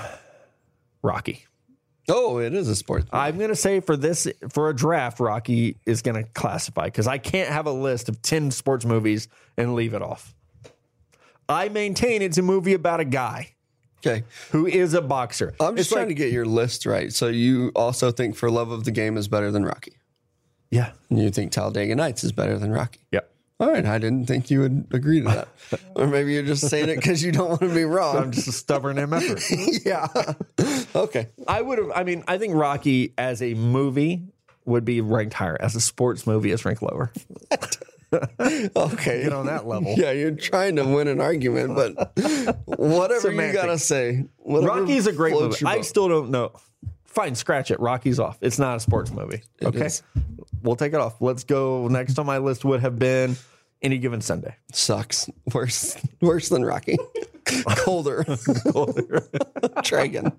Speaker 1: Rocky.
Speaker 2: Oh, it is a sport.
Speaker 1: I'm going to say for this, for a draft, Rocky is going to classify because I can't have a list of 10 sports movies and leave it off. I maintain it's a movie about a guy
Speaker 2: Okay.
Speaker 1: who is a boxer.
Speaker 2: I'm just
Speaker 1: It's like-
Speaker 2: trying to get your list right. So you also think For Love of the Game is better than Rocky.
Speaker 1: yeah.
Speaker 2: And you think Talladega Nights is better than Rocky.
Speaker 1: Yeah.
Speaker 2: All right. I didn't think you would agree to
Speaker 1: [LAUGHS]
Speaker 2: that. or maybe you're just saying it because you don't want to be
Speaker 1: I'm [LAUGHS]
Speaker 2: wrong.
Speaker 1: just a stubborn er. MFer.
Speaker 2: yeah. [LAUGHS] okay.
Speaker 1: [LAUGHS] I would have, I mean, I think Rocky as a movie would be ranked higher. As a sports movie, it's ranked lower.
Speaker 2: Okay.
Speaker 1: Get on that level.
Speaker 2: Yeah, you're trying to win an argument, but
Speaker 1: [LAUGHS]
Speaker 2: whatever you
Speaker 1: Semantics.
Speaker 2: gotta say, whatever
Speaker 1: Rocky's a great
Speaker 2: floats
Speaker 1: movie.
Speaker 2: your
Speaker 1: I
Speaker 2: boat.
Speaker 1: still don't know. Fine, scratch it. Rocky's off. It's not a sports movie. okay.
Speaker 2: is.
Speaker 1: We'll take it off. Let's go. Next on my list would have been any given
Speaker 2: [LAUGHS]
Speaker 1: Sunday.
Speaker 2: sucks. Worse, worse than Rocky. [LAUGHS] Colder. [LAUGHS] Dragon.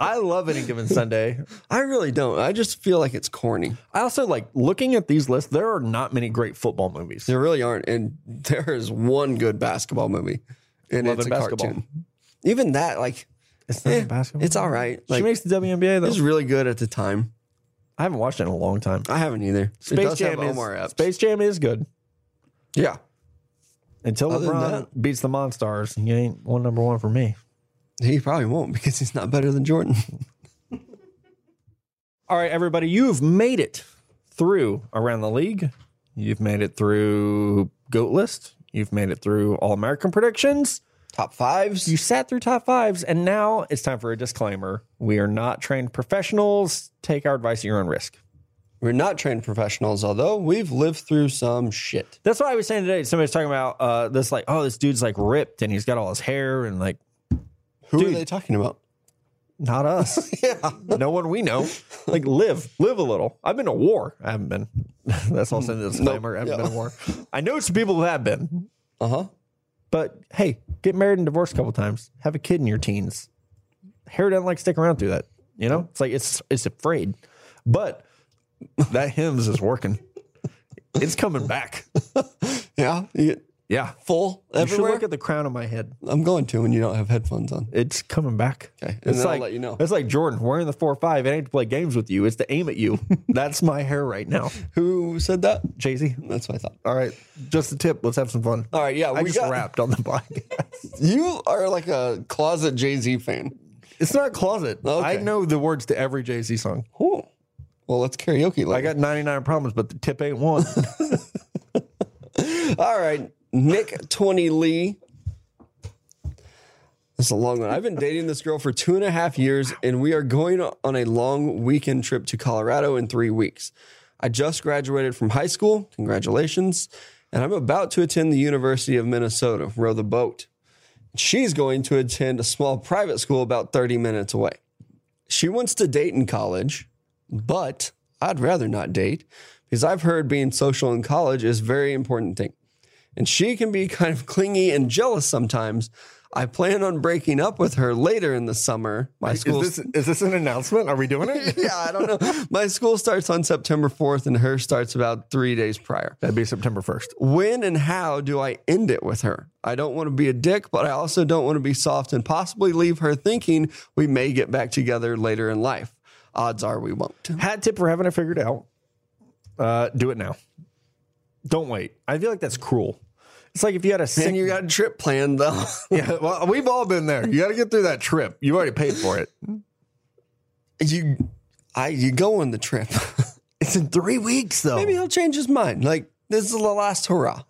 Speaker 1: I love any given Sunday.
Speaker 2: I really don't. I just feel like it's corny.
Speaker 1: I also like looking at these lists, there are not many great football movies.
Speaker 2: There really aren't, and there is one good basketball movie, and
Speaker 1: Love
Speaker 2: it's a
Speaker 1: and Basketball.
Speaker 2: cartoon. Even that, like,
Speaker 1: It's not
Speaker 2: eh,
Speaker 1: a basketball.
Speaker 2: it's all right.
Speaker 1: she
Speaker 2: Like,
Speaker 1: makes the WNBA
Speaker 2: it was
Speaker 1: though.
Speaker 2: really good at the time.
Speaker 1: I haven't watched it in a long time.
Speaker 2: I haven't either. it
Speaker 1: Space
Speaker 2: does
Speaker 1: Jam
Speaker 2: have Omar
Speaker 1: is
Speaker 2: Epps.
Speaker 1: Space Jam is good.
Speaker 2: Yeah.
Speaker 1: Until
Speaker 2: Other than
Speaker 1: LeBron beats the Monstars, he ain't one number one for me.
Speaker 2: He probably won't because he's not better than Jordan.
Speaker 1: All right, everybody, you've made it through around the league. You've made it through Goat List. You've made it through All American predictions.
Speaker 2: Top fives.
Speaker 1: You sat through top fives, and now it's time for a disclaimer. We are not trained professionals. Take our advice at your own risk.
Speaker 2: We're not trained professionals, although we've lived through some shit.
Speaker 1: That's what I was saying today. Somebody's talking about uh, this, like, oh, this dude's like ripped and he's got all his hair, and like,
Speaker 2: Who are
Speaker 1: Dude.
Speaker 2: they talking about?
Speaker 1: not us.
Speaker 2: [LAUGHS] Yeah.
Speaker 1: no one we know. Like, live, live a little. I've been to war. I haven't been. [LAUGHS] That's also in the disclaimer. I haven't been to war. I know some people who have been.
Speaker 2: Uh huh.
Speaker 1: But hey, get married and divorced a couple times. Have a kid in your teens. Hair doesn't like stick around through that. You know, it's like it's it's afraid. But that hymns is working. It's coming back.
Speaker 2: Yeah, you get
Speaker 1: Yeah.
Speaker 2: full
Speaker 1: You should
Speaker 2: everywhere.
Speaker 1: look at the crown on my head.
Speaker 2: I'm going to when you don't have headphones on.
Speaker 1: It's coming back.
Speaker 2: Okay, and
Speaker 1: It's
Speaker 2: then I'll
Speaker 1: like
Speaker 2: let you know.
Speaker 1: It's like Jordan wearing the four five. It ain't to play games with you. It's to aim at [LAUGHS] you. That's my hair right now.
Speaker 2: Who said that?
Speaker 1: Jay Z.
Speaker 2: That's what I thought.
Speaker 1: All right, just a tip. Let's have some fun.
Speaker 2: All right, yeah,
Speaker 1: I
Speaker 2: we
Speaker 1: just
Speaker 2: got-
Speaker 1: rapped on the [LAUGHS] podcast.
Speaker 2: You are like a closet Jay Z fan.
Speaker 1: it's not a closet. I
Speaker 2: Okay.
Speaker 1: know the words to every Jay Z song.
Speaker 2: Oh, well, let's karaoke. Later.
Speaker 1: I got ninety nine problems, but the tip ain't one.
Speaker 2: All right, Nick Twenty Lee. That's a long one. I've been dating this girl for two and a half years, and we are going on a long weekend trip to Colorado in three weeks. I just graduated from high school. Congratulations. And I'm about to attend the University of Minnesota, row the boat. She's going to attend a small private school about 30 minutes away. She wants to date in college, but I'd rather not date because I've heard being social in college is a very important thing. And she can be kind of clingy and jealous sometimes. I plan on breaking up with her later in the summer. My
Speaker 1: [LAUGHS]
Speaker 2: school
Speaker 1: is this is this an announcement? Are we doing it?
Speaker 2: [LAUGHS] yeah, I don't know. My school starts on September 4th and her starts about three days prior.
Speaker 1: [LAUGHS] That'd be September first.
Speaker 2: When and how do I end it with her? I don't want to be a dick, but I also don't want to be soft and possibly leave her thinking we may get back together later in life. Odds are we won't.
Speaker 1: Hat tip for having it figured out. Uh, do it now. Don't wait. I feel like that's cruel. It's like if you had a sick
Speaker 2: And you got a trip planned though.
Speaker 1: [LAUGHS]
Speaker 2: [LAUGHS]
Speaker 1: Yeah, well, we've all been there. You got to get through that trip. You already paid for it.
Speaker 2: you, I, you go on the trip. [LAUGHS]
Speaker 1: It's in three weeks, though.
Speaker 2: Maybe he'll change his mind. Like this is the last hurrah.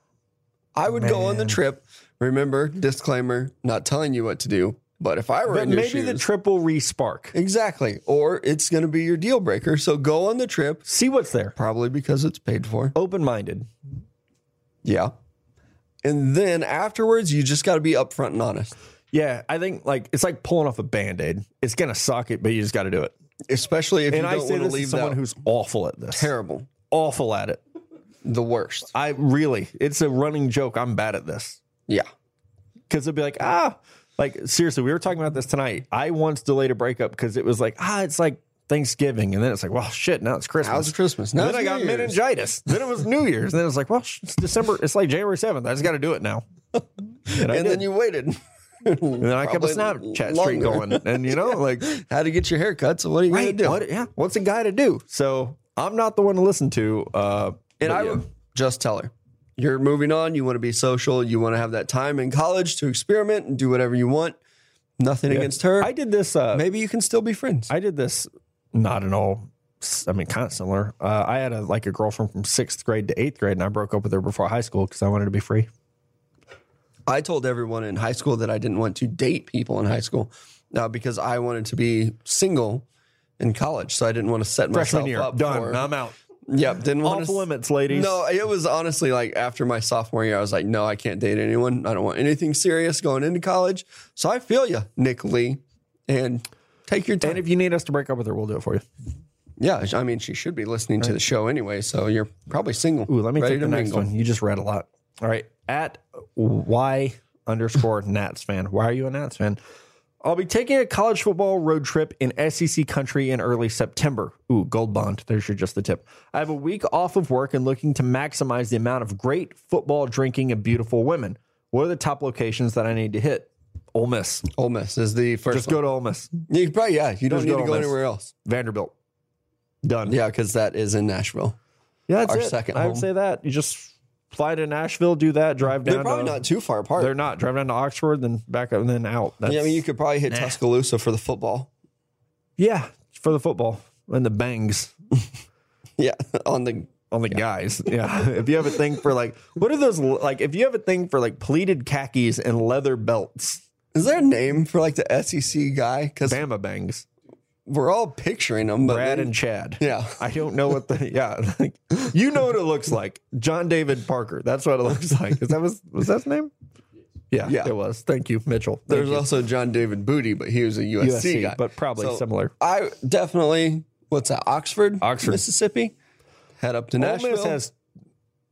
Speaker 2: I would go on the
Speaker 1: Man.
Speaker 2: trip. Remember, disclaimer: not telling you what to do. But if I were
Speaker 1: but
Speaker 2: in your
Speaker 1: maybe the
Speaker 2: shoes-
Speaker 1: trip will respark.
Speaker 2: Exactly. Or it's going to be your deal breaker. So go on the trip,
Speaker 1: See what's there.
Speaker 2: probably because it's paid for.
Speaker 1: Open minded.
Speaker 2: Yeah. And then afterwards, you just got to be upfront and honest,
Speaker 1: Yeah, I think like it's like pulling off a band aid. It's gonna suck it, but you just got to do it.
Speaker 2: especially if
Speaker 1: And
Speaker 2: you
Speaker 1: I
Speaker 2: don't
Speaker 1: say
Speaker 2: want to
Speaker 1: this as
Speaker 2: leave
Speaker 1: someone
Speaker 2: that
Speaker 1: who's awful at this.
Speaker 2: terrible,
Speaker 1: Awful at it.
Speaker 2: the worst.
Speaker 1: I really, it's a running joke. I'm bad at this
Speaker 2: Yeah.
Speaker 1: because it'd be like ah, like seriously, we were talking about this tonight. I once delayed a breakup because it was like ah, it's like Thanksgiving, and then it's like well, shit, now it's Christmas.
Speaker 2: How's Christmas?
Speaker 1: And
Speaker 2: Now
Speaker 1: then I got meningitis. Then it was New Year's. And then it was like, well, sh- it's December. It's like January 7th. I just got to do it now. And, I
Speaker 2: And then
Speaker 1: did.
Speaker 2: you waited. [LAUGHS]
Speaker 1: And then I kept a
Speaker 2: probably
Speaker 1: Snapchat streak
Speaker 2: longer.
Speaker 1: going. And, you know,
Speaker 2: [LAUGHS]
Speaker 1: like,
Speaker 2: How to get your hair cut. So what are you
Speaker 1: hey,
Speaker 2: going to do?
Speaker 1: what, yeah, what's a guy to do? So I'm not the one to listen to. Uh,
Speaker 2: And
Speaker 1: but
Speaker 2: I
Speaker 1: yeah.
Speaker 2: would just tell her you're moving on. You want to be social. You want to have that time in college to experiment and do whatever you want. Nothing against her.
Speaker 1: I did this. Uh,
Speaker 2: Maybe you can still be friends.
Speaker 1: I did this not at all. s- I mean, kind of similar. Uh, I had a like a girlfriend from sixth grade to eighth grade, and I broke up with her before high school because I wanted to be free.
Speaker 2: I told everyone in high school that I didn't want to date people in high school uh, because I wanted to be single in college. So I didn't want to set
Speaker 1: Freshman
Speaker 2: myself
Speaker 1: year,
Speaker 2: up.
Speaker 1: done.
Speaker 2: For,
Speaker 1: I'm out.
Speaker 2: yep. Didn't want
Speaker 1: Off
Speaker 2: to.
Speaker 1: limits, ladies.
Speaker 2: No, it was honestly like after my sophomore year, I was like, no, I can't date anyone. I don't want anything serious going into college. So I feel you, Nick Lee. And take your time.
Speaker 1: And if you need us to break up with her, we'll do it for you.
Speaker 2: yeah. I mean, she should be listening to the show anyway. So you're probably single.
Speaker 1: Ooh, let me
Speaker 2: ready
Speaker 1: take the
Speaker 2: to
Speaker 1: next
Speaker 2: mingle.
Speaker 1: one. You just read a lot. All right. At Y underscore [LAUGHS] Nats fan. Why are you a Nats fan? I'll be taking a college football road trip in SEC country in early September. Ooh, gold bond. There's your just the tip. I have a week off of work and looking to maximize the amount of great football drinking and beautiful women. What are the top locations that I need to hit? Ole Miss.
Speaker 2: Ole Miss is the first
Speaker 1: Just go to Ole Miss.
Speaker 2: one. You probably, yeah. You don't
Speaker 1: Just
Speaker 2: need
Speaker 1: go
Speaker 2: to
Speaker 1: Ole
Speaker 2: go
Speaker 1: Miss.
Speaker 2: anywhere else.
Speaker 1: Vanderbilt. Done.
Speaker 2: Yeah. Because that is in Nashville.
Speaker 1: Yeah, that's
Speaker 2: Our
Speaker 1: it.
Speaker 2: second
Speaker 1: I
Speaker 2: home.
Speaker 1: would say that. You just fly to Nashville, do that, drive down.
Speaker 2: They're probably
Speaker 1: to-
Speaker 2: not too far apart.
Speaker 1: They're not. Drive down to Oxford, then back up, and then out. That's,
Speaker 2: yeah, I mean, you could probably hit Tuscaloosa for the football.
Speaker 1: yeah, for the football and the bangs
Speaker 2: Yeah, [LAUGHS] on the
Speaker 1: on the guys. Yeah. [LAUGHS] if you have a thing for like, what are those like? If you have a thing for like pleated khakis and leather belts,
Speaker 2: is there a name for like the SEC guy? Because
Speaker 1: Bama bangs,
Speaker 2: we're all picturing him, but
Speaker 1: Brad
Speaker 2: then-
Speaker 1: and Chad.
Speaker 2: [LAUGHS] yeah,
Speaker 1: I don't know what the [LAUGHS] yeah. Like, you know what it looks like. John David Parker. That's what it looks like. Is that was was that his name? Yeah,
Speaker 2: Yeah.
Speaker 1: it was. Thank you, Mitchell. Thank
Speaker 2: there's
Speaker 1: you.
Speaker 2: also John David Booty, but he was a USC,
Speaker 1: USC,
Speaker 2: guy.
Speaker 1: but probably
Speaker 2: So,
Speaker 1: similar.
Speaker 2: I definitely what's that? Oxford,
Speaker 1: Oxford.
Speaker 2: Mississippi. Head up to
Speaker 1: Ole
Speaker 2: Nashville.
Speaker 1: Miss has,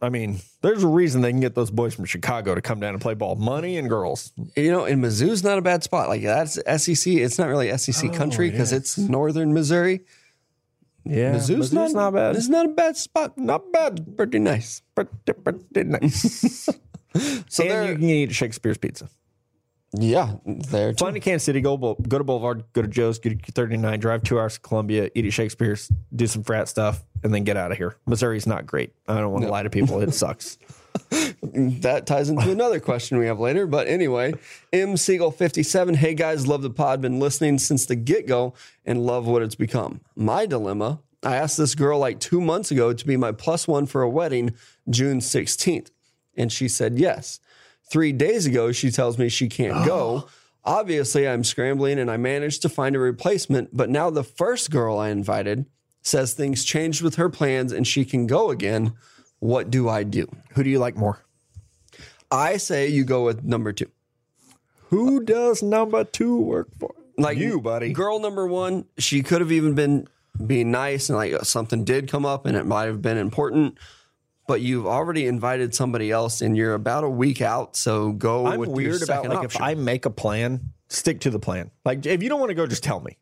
Speaker 1: I mean, there's a reason they can get those boys from Chicago to come down and play ball. Money and girls.
Speaker 2: you know, and Mizzou's not a bad E
Speaker 1: Oh,
Speaker 2: spot. Like that's SEC. It's not really SEC country because it's northern Missouri.
Speaker 1: Yeah,
Speaker 2: Mizzou's,
Speaker 1: Mizzou's not bad.
Speaker 2: It's not a bad spot.
Speaker 1: Not bad.
Speaker 2: Pretty nice.
Speaker 1: Pretty, pretty nice.
Speaker 2: [LAUGHS] So
Speaker 1: and
Speaker 2: there,
Speaker 1: you can eat Shakespeare's pizza.
Speaker 2: yeah, there. Too.
Speaker 1: Fly into Kansas City, go, Bul- go to Boulevard, go to Joe's, go to 39, drive two hours to Columbia, eat at Shakespeare's, do some frat stuff, and then get out of here. Missouri's not great. I don't want to lie to people.
Speaker 2: [LAUGHS]
Speaker 1: It sucks.
Speaker 2: that ties into another question we have later. But anyway, M Siegel 57. Hey guys, love the pod. Been listening since the get go and love what it's become. My dilemma I asked this girl like two months ago to be my plus one for a wedding June 16th, and she said yes. Three days ago, she tells me she can't go. Obviously, I'm scrambling and I managed to find a replacement, but now the first girl I invited says things changed with her plans and she can go again. What do I do?
Speaker 1: Who do you like more?
Speaker 2: I say you go with number two.
Speaker 1: Who does number two work for?
Speaker 2: Like
Speaker 1: You, buddy.
Speaker 2: Girl number one, she could have even been being nice and like something did come up and it might have been important. But you've already invited somebody else and you're about a week out, so go
Speaker 1: I'm
Speaker 2: with your
Speaker 1: weird about
Speaker 2: second
Speaker 1: like if
Speaker 2: option.
Speaker 1: I make a plan, stick to the plan. Like if you don't want to go, just tell me.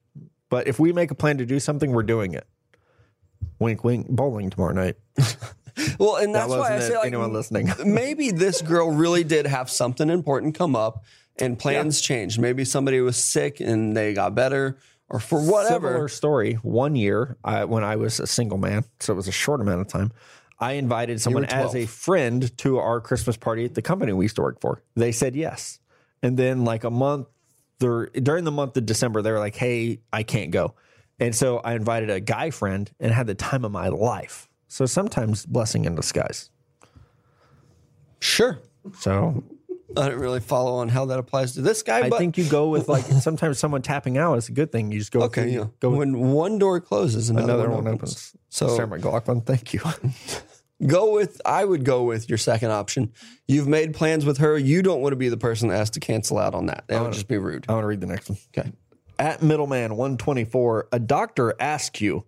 Speaker 1: But if we make a plan to do something, we're doing it. Wink, wink. Bowling tomorrow night.
Speaker 2: well, and
Speaker 1: That
Speaker 2: that's why
Speaker 1: wasn't
Speaker 2: I say
Speaker 1: it.
Speaker 2: like
Speaker 1: anyone listening. [LAUGHS]
Speaker 2: maybe this girl really did have something important come up and plans changed. Maybe somebody was sick and they got better or for whatever.
Speaker 1: Similar story. One year, I, when I was a single man, so it was a short amount of time, I invited someone as
Speaker 2: 12.
Speaker 1: a friend to our Christmas party at the company we used to work for. They said yes, and then like a month, dur- during the month of December, they were like, "Hey, I can't go," and so I invited a guy friend and had the time of my life. So sometimes blessing in disguise.
Speaker 2: Sure.
Speaker 1: So
Speaker 2: I don't really follow on how that applies to this guy,
Speaker 1: I
Speaker 2: but
Speaker 1: think you go with
Speaker 2: [LAUGHS]
Speaker 1: like sometimes someone tapping out is a good thing. You just go with
Speaker 2: Okay,
Speaker 1: the-
Speaker 2: yeah.
Speaker 1: go with
Speaker 2: when one door closes, another,
Speaker 1: another
Speaker 2: one,
Speaker 1: one
Speaker 2: opens.
Speaker 1: opens.
Speaker 2: So-
Speaker 1: Sarah McLaughlin, thank you. [LAUGHS]
Speaker 2: Go with I would go with your second option. You've made plans with her. You don't want to be the person that has to cancel out on that. That
Speaker 1: Oh.
Speaker 2: would just be rude.
Speaker 1: I want to read the next one.
Speaker 2: Okay.
Speaker 1: At middleman 124, a doctor asks you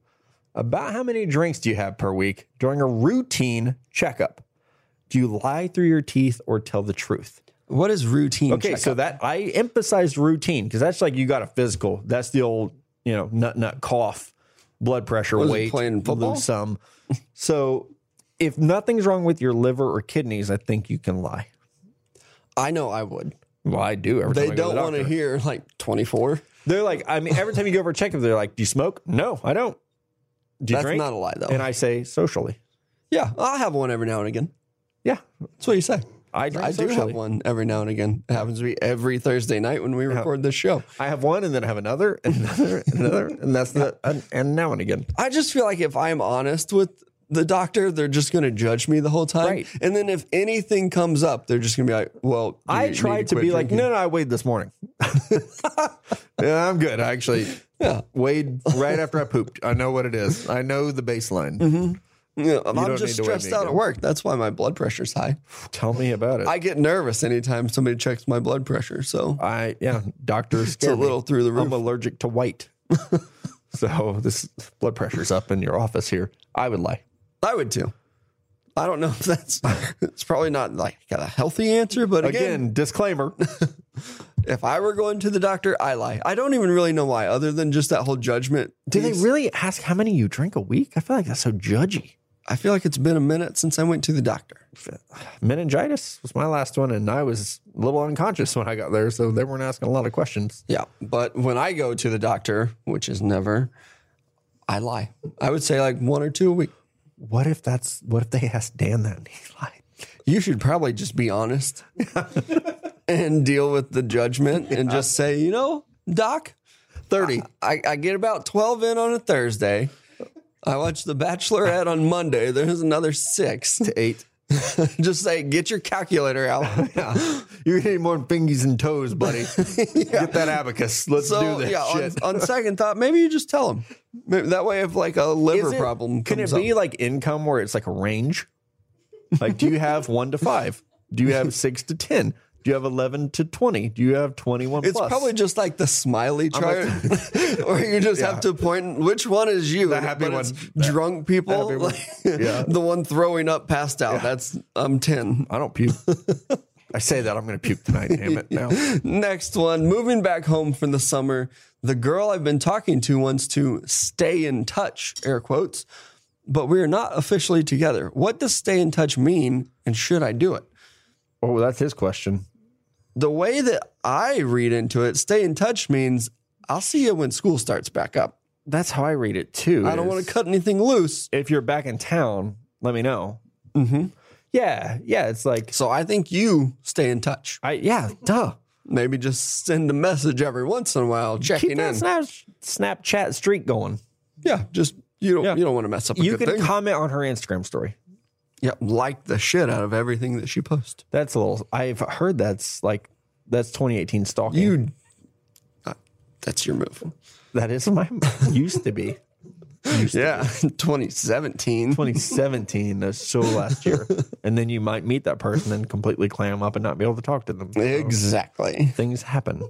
Speaker 1: about how many drinks do you have per week during a routine checkup? Do you lie through your teeth or tell the truth?
Speaker 2: What is routine?
Speaker 1: Okay,
Speaker 2: checkup?
Speaker 1: so that I emphasized routine because that's like you got a physical. That's the old, you know, nut nut cough, blood pressure,
Speaker 2: Was it
Speaker 1: weight,
Speaker 2: playing football?
Speaker 1: lose some. so if nothing's wrong with your liver or kidneys, I think you can lie.
Speaker 2: I know I would.
Speaker 1: Well, I do. Every
Speaker 2: They
Speaker 1: time I go to
Speaker 2: don't
Speaker 1: the
Speaker 2: want to
Speaker 1: doctor.
Speaker 2: hear like 24.
Speaker 1: They're like, I mean, every time you go for a checkup, they're like, "Do you smoke? No, I don't. Do you
Speaker 2: That's
Speaker 1: drink?
Speaker 2: not a lie though.
Speaker 1: And I say socially.
Speaker 2: yeah, I'll have one every now and again.
Speaker 1: Yeah,
Speaker 2: That's what you say.
Speaker 1: I drink
Speaker 2: I do have
Speaker 1: socially.
Speaker 2: one every now and again. It happens to be every Thursday night when we record this show.
Speaker 1: I have one, and then I have another, and another, and another, and that's the and, and now and again.
Speaker 2: I just feel like if I'm honest with the doctor, they're just going to judge me the whole time.
Speaker 1: Right.
Speaker 2: And then if anything comes up, they're just going to be like, well, you
Speaker 1: I
Speaker 2: need
Speaker 1: tried to,
Speaker 2: quit
Speaker 1: be like,
Speaker 2: drinking.
Speaker 1: no, no, I weighed this morning. [LAUGHS] yeah, I'm good. I actually
Speaker 2: Yeah. [LAUGHS]
Speaker 1: weighed right after I pooped. I know what it is. I know the baseline.
Speaker 2: Mm-hmm. Yeah, I'm
Speaker 1: don't
Speaker 2: just
Speaker 1: need to weigh me
Speaker 2: stressed out at
Speaker 1: again.
Speaker 2: work. That's why my blood pressure's high.
Speaker 1: Tell me about it. I,
Speaker 2: I get nervous anytime somebody checks my blood pressure. So
Speaker 1: yeah, doctors.
Speaker 2: it's a little through the roof.
Speaker 1: I'm allergic to
Speaker 2: [LAUGHS]
Speaker 1: white. so this blood pressure's up in your office here. I would lie.
Speaker 2: I would too. I don't know if that's, [LAUGHS] it's probably not like got a healthy answer, but
Speaker 1: Again,
Speaker 2: again,
Speaker 1: disclaimer.
Speaker 2: if I were going to the doctor, I lie. I don't even really know why, other than just that whole judgment.
Speaker 1: [LAUGHS] Do they
Speaker 2: piece.
Speaker 1: really ask how many you drink a week? I feel like that's so judgy.
Speaker 2: I feel like it's been a minute since I went to the doctor.
Speaker 1: Meningitis was my last one, and I was a little unconscious when I got there, so they weren't asking a lot of questions.
Speaker 2: Yeah, but when I go to the doctor, which is never, I lie. I would say like one or two a week.
Speaker 1: What if that's what if they asked Dan that and he lied?
Speaker 2: You should probably just be honest [LAUGHS] and deal with the judgment and just say, you know, doc,
Speaker 1: 30.
Speaker 2: I, I get about 12 in on a Thursday. I watch The Bachelorette on Monday. There's another six.
Speaker 1: to eight.
Speaker 2: [LAUGHS] Just say, get your calculator
Speaker 1: [LAUGHS]
Speaker 2: out.
Speaker 1: [GASPS] You need more fingies and toes, [LAUGHS] buddy. Get that abacus. Let's
Speaker 2: So,
Speaker 1: do this
Speaker 2: yeah, on,
Speaker 1: [LAUGHS] shit.
Speaker 2: on second thought, maybe you just tell them. Maybe that way, if like a liver problem
Speaker 1: Can
Speaker 2: comes
Speaker 1: it
Speaker 2: up.
Speaker 1: be like income where it's like a range? Like, do you have one to five? Do you have six to ten? Do you have eleven to twenty? Do you have twenty-one
Speaker 2: It's
Speaker 1: plus?
Speaker 2: probably just like the smiley chart, [LAUGHS] or you just have to point which one is you. The
Speaker 1: happy one.
Speaker 2: drunk people,
Speaker 1: happy one.
Speaker 2: [LAUGHS] like,
Speaker 1: Yeah. [LAUGHS]
Speaker 2: the one throwing up, passed out. That's I'm ten. [LAUGHS]
Speaker 1: I don't puke. I say that I'm going to puke tonight. Damn it! Now
Speaker 2: Next one, moving back home from the summer, the girl I've been talking to wants to stay in touch, air quotes, but we are not officially together. What does stay in touch mean and should I do it?
Speaker 1: Oh, that's his question.
Speaker 2: The way that I read into it, stay in touch means I'll see you when school starts back up.
Speaker 1: That's how I read it too.
Speaker 2: I don't want to cut anything loose.
Speaker 1: If you're back in town, let me know.
Speaker 2: hmm
Speaker 1: Yeah, yeah. It's like
Speaker 2: So I think you stay in touch.
Speaker 1: I yeah, duh.
Speaker 2: Maybe just send a message every once in a while, checking
Speaker 1: Keep
Speaker 2: in.
Speaker 1: that snap, Snapchat streak going.
Speaker 2: yeah, just you don't
Speaker 1: Yeah.
Speaker 2: you don't want to mess up. A
Speaker 1: You
Speaker 2: good
Speaker 1: can
Speaker 2: thing.
Speaker 1: comment on her Instagram story.
Speaker 2: yeah, like the shit out of everything that she posts.
Speaker 1: That's a little. I've heard that's like that's 2018 stalking.
Speaker 2: You, uh, that's your move.
Speaker 1: that is my [LAUGHS] used to be
Speaker 2: Yeah, [LAUGHS] 2017.
Speaker 1: 2017. That's so last year, and then you might meet that person and completely clam up and not be able to talk to them.
Speaker 2: Exactly.
Speaker 1: Things happen.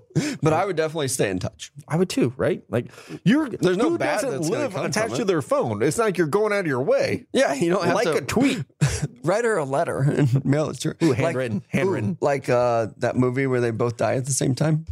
Speaker 2: But I would definitely stay in touch.
Speaker 1: I would too, right? Like you're there's
Speaker 2: no
Speaker 1: who
Speaker 2: bad
Speaker 1: doesn't
Speaker 2: that's gonna
Speaker 1: live
Speaker 2: come from
Speaker 1: attached
Speaker 2: it.
Speaker 1: to their phone. It's not like you're going out of your way.
Speaker 2: Yeah, you don't have
Speaker 1: Like
Speaker 2: to
Speaker 1: a tweet.
Speaker 2: write her a letter and [LAUGHS] mail it to her. Like-
Speaker 1: handwritten, handwritten.
Speaker 2: like uh, that movie where they both die at the same time.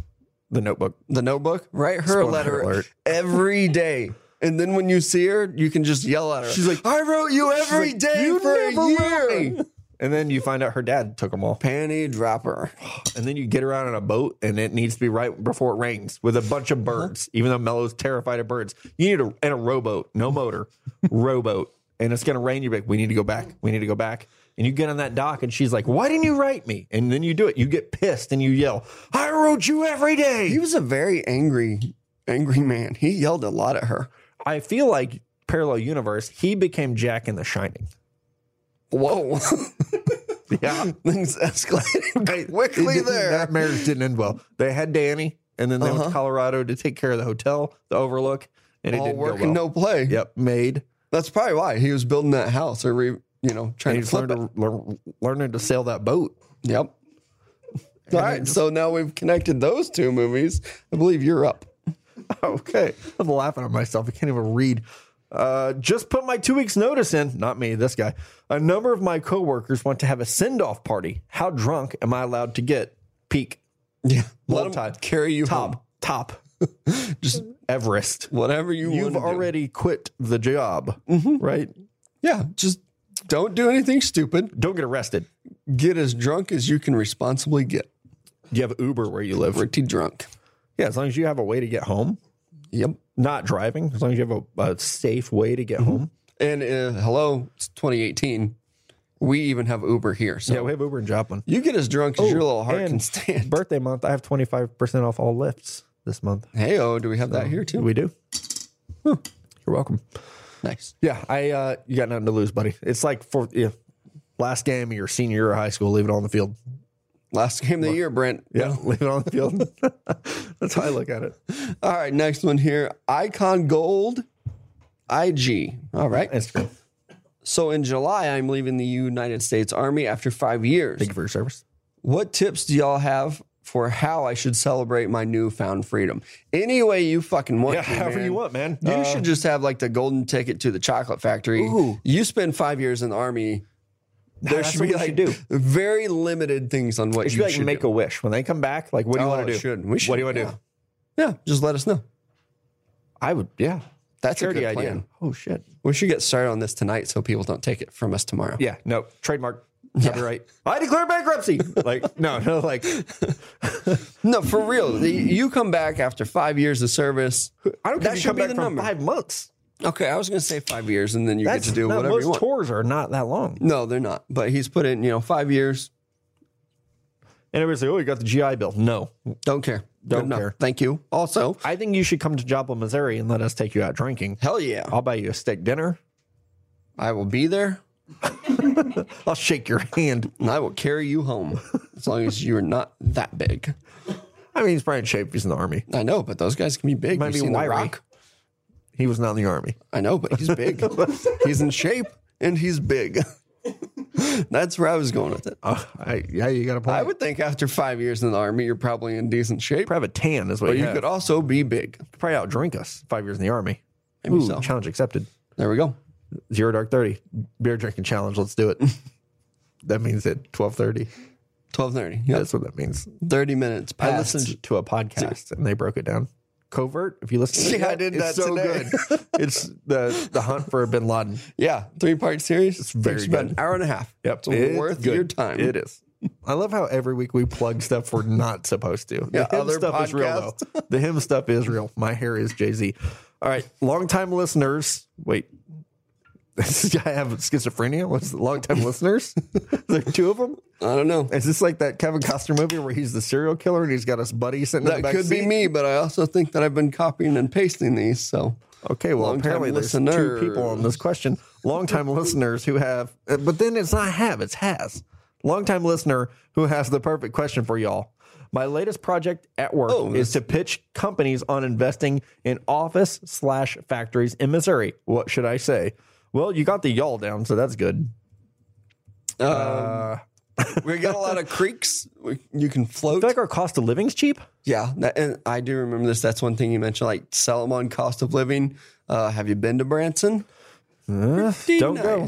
Speaker 1: The notebook.
Speaker 2: The Notebook. Write her a
Speaker 1: Spoiler
Speaker 2: letter
Speaker 1: alert.
Speaker 2: every day. And then when you see her, you can just yell at her. She's
Speaker 1: like-
Speaker 2: "I wrote you every
Speaker 1: like,
Speaker 2: day
Speaker 1: "You
Speaker 2: for a
Speaker 1: never wrote
Speaker 2: year."
Speaker 1: me. And then you find out her dad took them all.
Speaker 2: Panty dropper.
Speaker 1: And then you get her out on a boat and it needs to be right before it rains with a bunch of
Speaker 2: Uh-huh.
Speaker 1: birds, even though Mellow's terrified of birds. You need a, and a rowboat, no motor, [LAUGHS] rowboat. And it's going to rain. You're like, we need to go back. We need to go back. And you get on that dock and she's like, why didn't you write me? And then you do it. You get pissed and you yell, I wrote you every day.
Speaker 2: He was a very angry, angry man. He yelled a lot at her.
Speaker 1: I feel like parallel universe, he became Jack in The
Speaker 2: [LAUGHS]
Speaker 1: Shining.
Speaker 2: Whoa. [LAUGHS]
Speaker 1: Yeah. [LAUGHS]
Speaker 2: Things escalated quickly there. Uh-huh.
Speaker 1: That marriage didn't end well. They had Danny, and then they went to Colorado to take care of the hotel, the Overlook, and it
Speaker 2: All
Speaker 1: didn't
Speaker 2: work
Speaker 1: go well.
Speaker 2: and no play.
Speaker 1: Yep, made.
Speaker 2: That's probably why he was building that house or, re, you know,
Speaker 1: And
Speaker 2: trying to
Speaker 1: he's
Speaker 2: flip
Speaker 1: learned
Speaker 2: it.
Speaker 1: to learn, learning to sail that boat.
Speaker 2: Yep. All right. So now we've connected those two movies. I believe you're up.
Speaker 1: [LAUGHS] Okay, I'm laughing at myself. I can't even read. Uh, just put my two weeks notice in. Not me, this guy. A number of my coworkers want to have a send off party. How drunk am I allowed to get? Peak,
Speaker 2: Yeah.
Speaker 1: Bowl
Speaker 2: Let him
Speaker 1: tide.
Speaker 2: carry you home.
Speaker 1: top, top, just Everest.
Speaker 2: Whatever you
Speaker 1: You've
Speaker 2: want.
Speaker 1: already quit the job, right?
Speaker 2: Yeah. Just don't do anything stupid.
Speaker 1: Don't get arrested.
Speaker 2: Get as drunk as you can responsibly get.
Speaker 1: You have Uber where you live.
Speaker 2: Pretty drunk.
Speaker 1: Yeah, as long as you have a way to get home,
Speaker 2: Yep.
Speaker 1: not driving, as long as you have a, a safe way to get home.
Speaker 2: And uh, hello, it's 2018. We even have Uber here. So
Speaker 1: Yeah, we have Uber in Joplin.
Speaker 2: you get as drunk as your little heart
Speaker 1: Oh, and
Speaker 2: can stand. [LAUGHS]
Speaker 1: Birthday month, I have 25% off all lifts this month.
Speaker 2: Hey, oh, do we have that here too?
Speaker 1: We do. You're welcome.
Speaker 2: nice.
Speaker 1: Yeah, I uh, you got nothing to lose, buddy. It's like for yeah, last game of your senior year of high school, leave it on the field.
Speaker 2: Last game of the year, Brent.
Speaker 1: Yeah, [LAUGHS] leave it on the field. That's how I look at it.
Speaker 2: All right, next one here. Icon Gold IG. All right.
Speaker 1: Instagram.
Speaker 2: So in July, I'm leaving the United States Army after five years.
Speaker 1: Thank you for your service.
Speaker 2: What tips do y'all have for how I should celebrate my newfound freedom? Any way you fucking want.
Speaker 1: Yeah,
Speaker 2: to,
Speaker 1: however
Speaker 2: man.
Speaker 1: you want, man.
Speaker 2: You
Speaker 1: Uh,
Speaker 2: should just have like the golden ticket to the chocolate factory.
Speaker 1: Ooh.
Speaker 2: You spend five years in the army. There
Speaker 1: That's
Speaker 2: should
Speaker 1: what
Speaker 2: be
Speaker 1: we
Speaker 2: like
Speaker 1: should do.
Speaker 2: very limited things on what
Speaker 1: It should
Speaker 2: you
Speaker 1: be like
Speaker 2: should
Speaker 1: make
Speaker 2: do.
Speaker 1: a wish when they come back. Like, what do you
Speaker 2: Oh,
Speaker 1: want to
Speaker 2: it
Speaker 1: do?
Speaker 2: should. We
Speaker 1: What
Speaker 2: should,
Speaker 1: do you want to
Speaker 2: yeah.
Speaker 1: do?
Speaker 2: yeah, just let us know.
Speaker 1: I would. Yeah,
Speaker 2: That's a
Speaker 1: charity
Speaker 2: good
Speaker 1: idea.
Speaker 2: plan.
Speaker 1: Oh shit.
Speaker 2: We should get started on this tonight so people don't take it from us tomorrow.
Speaker 1: Yeah. No trademark. Copyright. [LAUGHS] I declare bankruptcy. like no, [LAUGHS] no. Like
Speaker 2: No, for real. The- You come back after five years of service.
Speaker 1: I don't. care
Speaker 2: That
Speaker 1: if you
Speaker 2: should
Speaker 1: come
Speaker 2: be
Speaker 1: back
Speaker 2: the
Speaker 1: from
Speaker 2: number.
Speaker 1: Five months.
Speaker 2: Okay, I was going to say five years, and then you get to do
Speaker 1: no,
Speaker 2: whatever
Speaker 1: most
Speaker 2: you want.
Speaker 1: tours are not that long.
Speaker 2: no, they're not. But he's put in, you know, five years.
Speaker 1: And everybody's like, oh, you got the GI Bill. No,
Speaker 2: Don't care.
Speaker 1: Don't
Speaker 2: Good enough.
Speaker 1: care.
Speaker 2: Thank you. Also,
Speaker 1: I think you should come to Joplin, Missouri, and let us take you out drinking.
Speaker 2: hell yeah,
Speaker 1: I'll buy you a steak dinner.
Speaker 2: I will be there.
Speaker 1: I'll shake your [LAUGHS] hand.
Speaker 2: and I will carry you
Speaker 1: [LAUGHS]
Speaker 2: home as long as you're not that big.
Speaker 1: I mean, he's probably in shape. He's in the army.
Speaker 2: I know, but those guys can be big.
Speaker 1: Might
Speaker 2: You've
Speaker 1: be
Speaker 2: seen The
Speaker 1: wiry.
Speaker 2: Rock?
Speaker 1: He was not in the army.
Speaker 2: I know, but he's
Speaker 1: [LAUGHS]
Speaker 2: big. he's in shape and he's big. That's where I was going with it.
Speaker 1: Oh, I, yeah, you got a point.
Speaker 2: I would think after five years in the army, you're probably in decent shape,
Speaker 1: probably have a tan is what
Speaker 2: but
Speaker 1: you
Speaker 2: you could
Speaker 1: could
Speaker 2: also be big.
Speaker 1: probably out drink us. Five years in the army.
Speaker 2: Maybe
Speaker 1: Ooh,
Speaker 2: so.
Speaker 1: Challenge accepted.
Speaker 2: There we go.
Speaker 1: [LAUGHS] Zero Dark Thirty beer drinking challenge. Let's do it. that means at twelve thirty.
Speaker 2: Twelve thirty. Yes,
Speaker 1: That's what that means.
Speaker 2: thirty minutes. Past.
Speaker 1: I listened to a podcast and they broke it down. Covert. If you listen, to
Speaker 2: Yeah, I
Speaker 1: it,
Speaker 2: did
Speaker 1: it's
Speaker 2: that
Speaker 1: so
Speaker 2: today. [LAUGHS]
Speaker 1: good. it's the the hunt for Bin Laden.
Speaker 2: Yeah, three part series. It's
Speaker 1: very
Speaker 2: About
Speaker 1: good.
Speaker 2: an hour and a half.
Speaker 1: Yep,
Speaker 2: it's, worth your time.
Speaker 1: It is. I love how every week we plug stuff we're not supposed to. The
Speaker 2: Yeah,
Speaker 1: him
Speaker 2: other
Speaker 1: stuff is real though. The him stuff is real. My hair is Jay Z. All right, longtime listeners. Wait, [LAUGHS] does this guy have schizophrenia? What's the longtime listeners? [LAUGHS] Is there two of them?
Speaker 2: I don't know.
Speaker 1: Is this like that Kevin Costner movie where he's the serial killer and he's got his buddy sitting in
Speaker 2: That
Speaker 1: the back
Speaker 2: could be
Speaker 1: seat?
Speaker 2: me, but I also think that I've been copying and pasting these. So
Speaker 1: Okay, well,
Speaker 2: Long-time
Speaker 1: apparently there's two
Speaker 2: listeners.
Speaker 1: people on this question.
Speaker 2: [LAUGHS]
Speaker 1: Longtime listeners who have, uh, but then it's not have, it's has. Longtime listener who has the perfect question for y'all. My latest project at work
Speaker 2: Oh,
Speaker 1: is to pitch companies on investing in office slash factories in Missouri. What should I say? Well, you got the y'all down, so that's good.
Speaker 2: um,
Speaker 1: Uh.
Speaker 2: we got a lot of creeks. We, you can float.
Speaker 1: I feel like our cost of living's cheap.
Speaker 2: Yeah, that, and I do remember this. That's one thing you mentioned, like sell them on cost of living. Uh, have you been to Branson?
Speaker 1: Uh, don't go.
Speaker 2: go.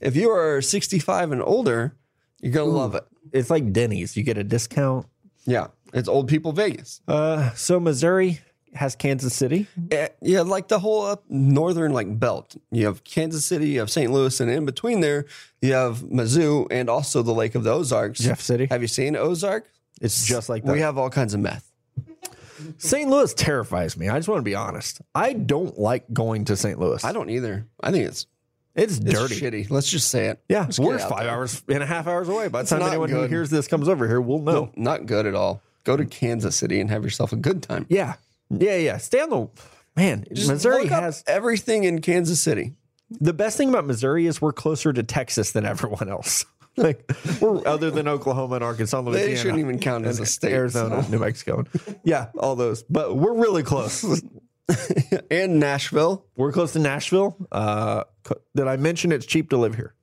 Speaker 2: If you are 65 and older, you're gonna love it.
Speaker 1: It's like Denny's. You get a discount.
Speaker 2: Yeah, it's old people Vegas.
Speaker 1: Uh, so Missouri has Kansas City.
Speaker 2: Eh, yeah, like the whole up northern like belt. You have Kansas City, you have St. Louis, and in between there, you have Mizzou and also the Lake of the Ozarks.
Speaker 1: Jeff City.
Speaker 2: Have you seen Ozark?
Speaker 1: It's just like that.
Speaker 2: We have all kinds of meth.
Speaker 1: St. Louis terrifies me. I just want to be honest. I don't like going to St. Louis.
Speaker 2: I don't either. I think it's,
Speaker 1: it's
Speaker 2: it's
Speaker 1: dirty.
Speaker 2: shitty. Let's just say it.
Speaker 1: Yeah,
Speaker 2: Just get
Speaker 1: we're
Speaker 2: out
Speaker 1: five
Speaker 2: there.
Speaker 1: hours and a half hours away. By the
Speaker 2: It's
Speaker 1: time
Speaker 2: not
Speaker 1: anyone who
Speaker 2: good.
Speaker 1: hears this comes over here, will know.
Speaker 2: Not good at all. Go to Kansas City and have yourself a good time.
Speaker 1: Yeah, yeah, yeah. Stay on the man.
Speaker 2: Just
Speaker 1: Missouri
Speaker 2: look up
Speaker 1: has
Speaker 2: everything in Kansas City.
Speaker 1: the best thing about Missouri is we're closer to Texas than everyone else. [LAUGHS] Like we're other than Oklahoma and Arkansas, Louisiana,
Speaker 2: They shouldn't even count as a state.
Speaker 1: Arizona, New Mexico, yeah, all those. But we're really close.
Speaker 2: so. [LAUGHS] and Nashville.
Speaker 1: We're close to Nashville. Uh, co- did I mention it's cheap to live here?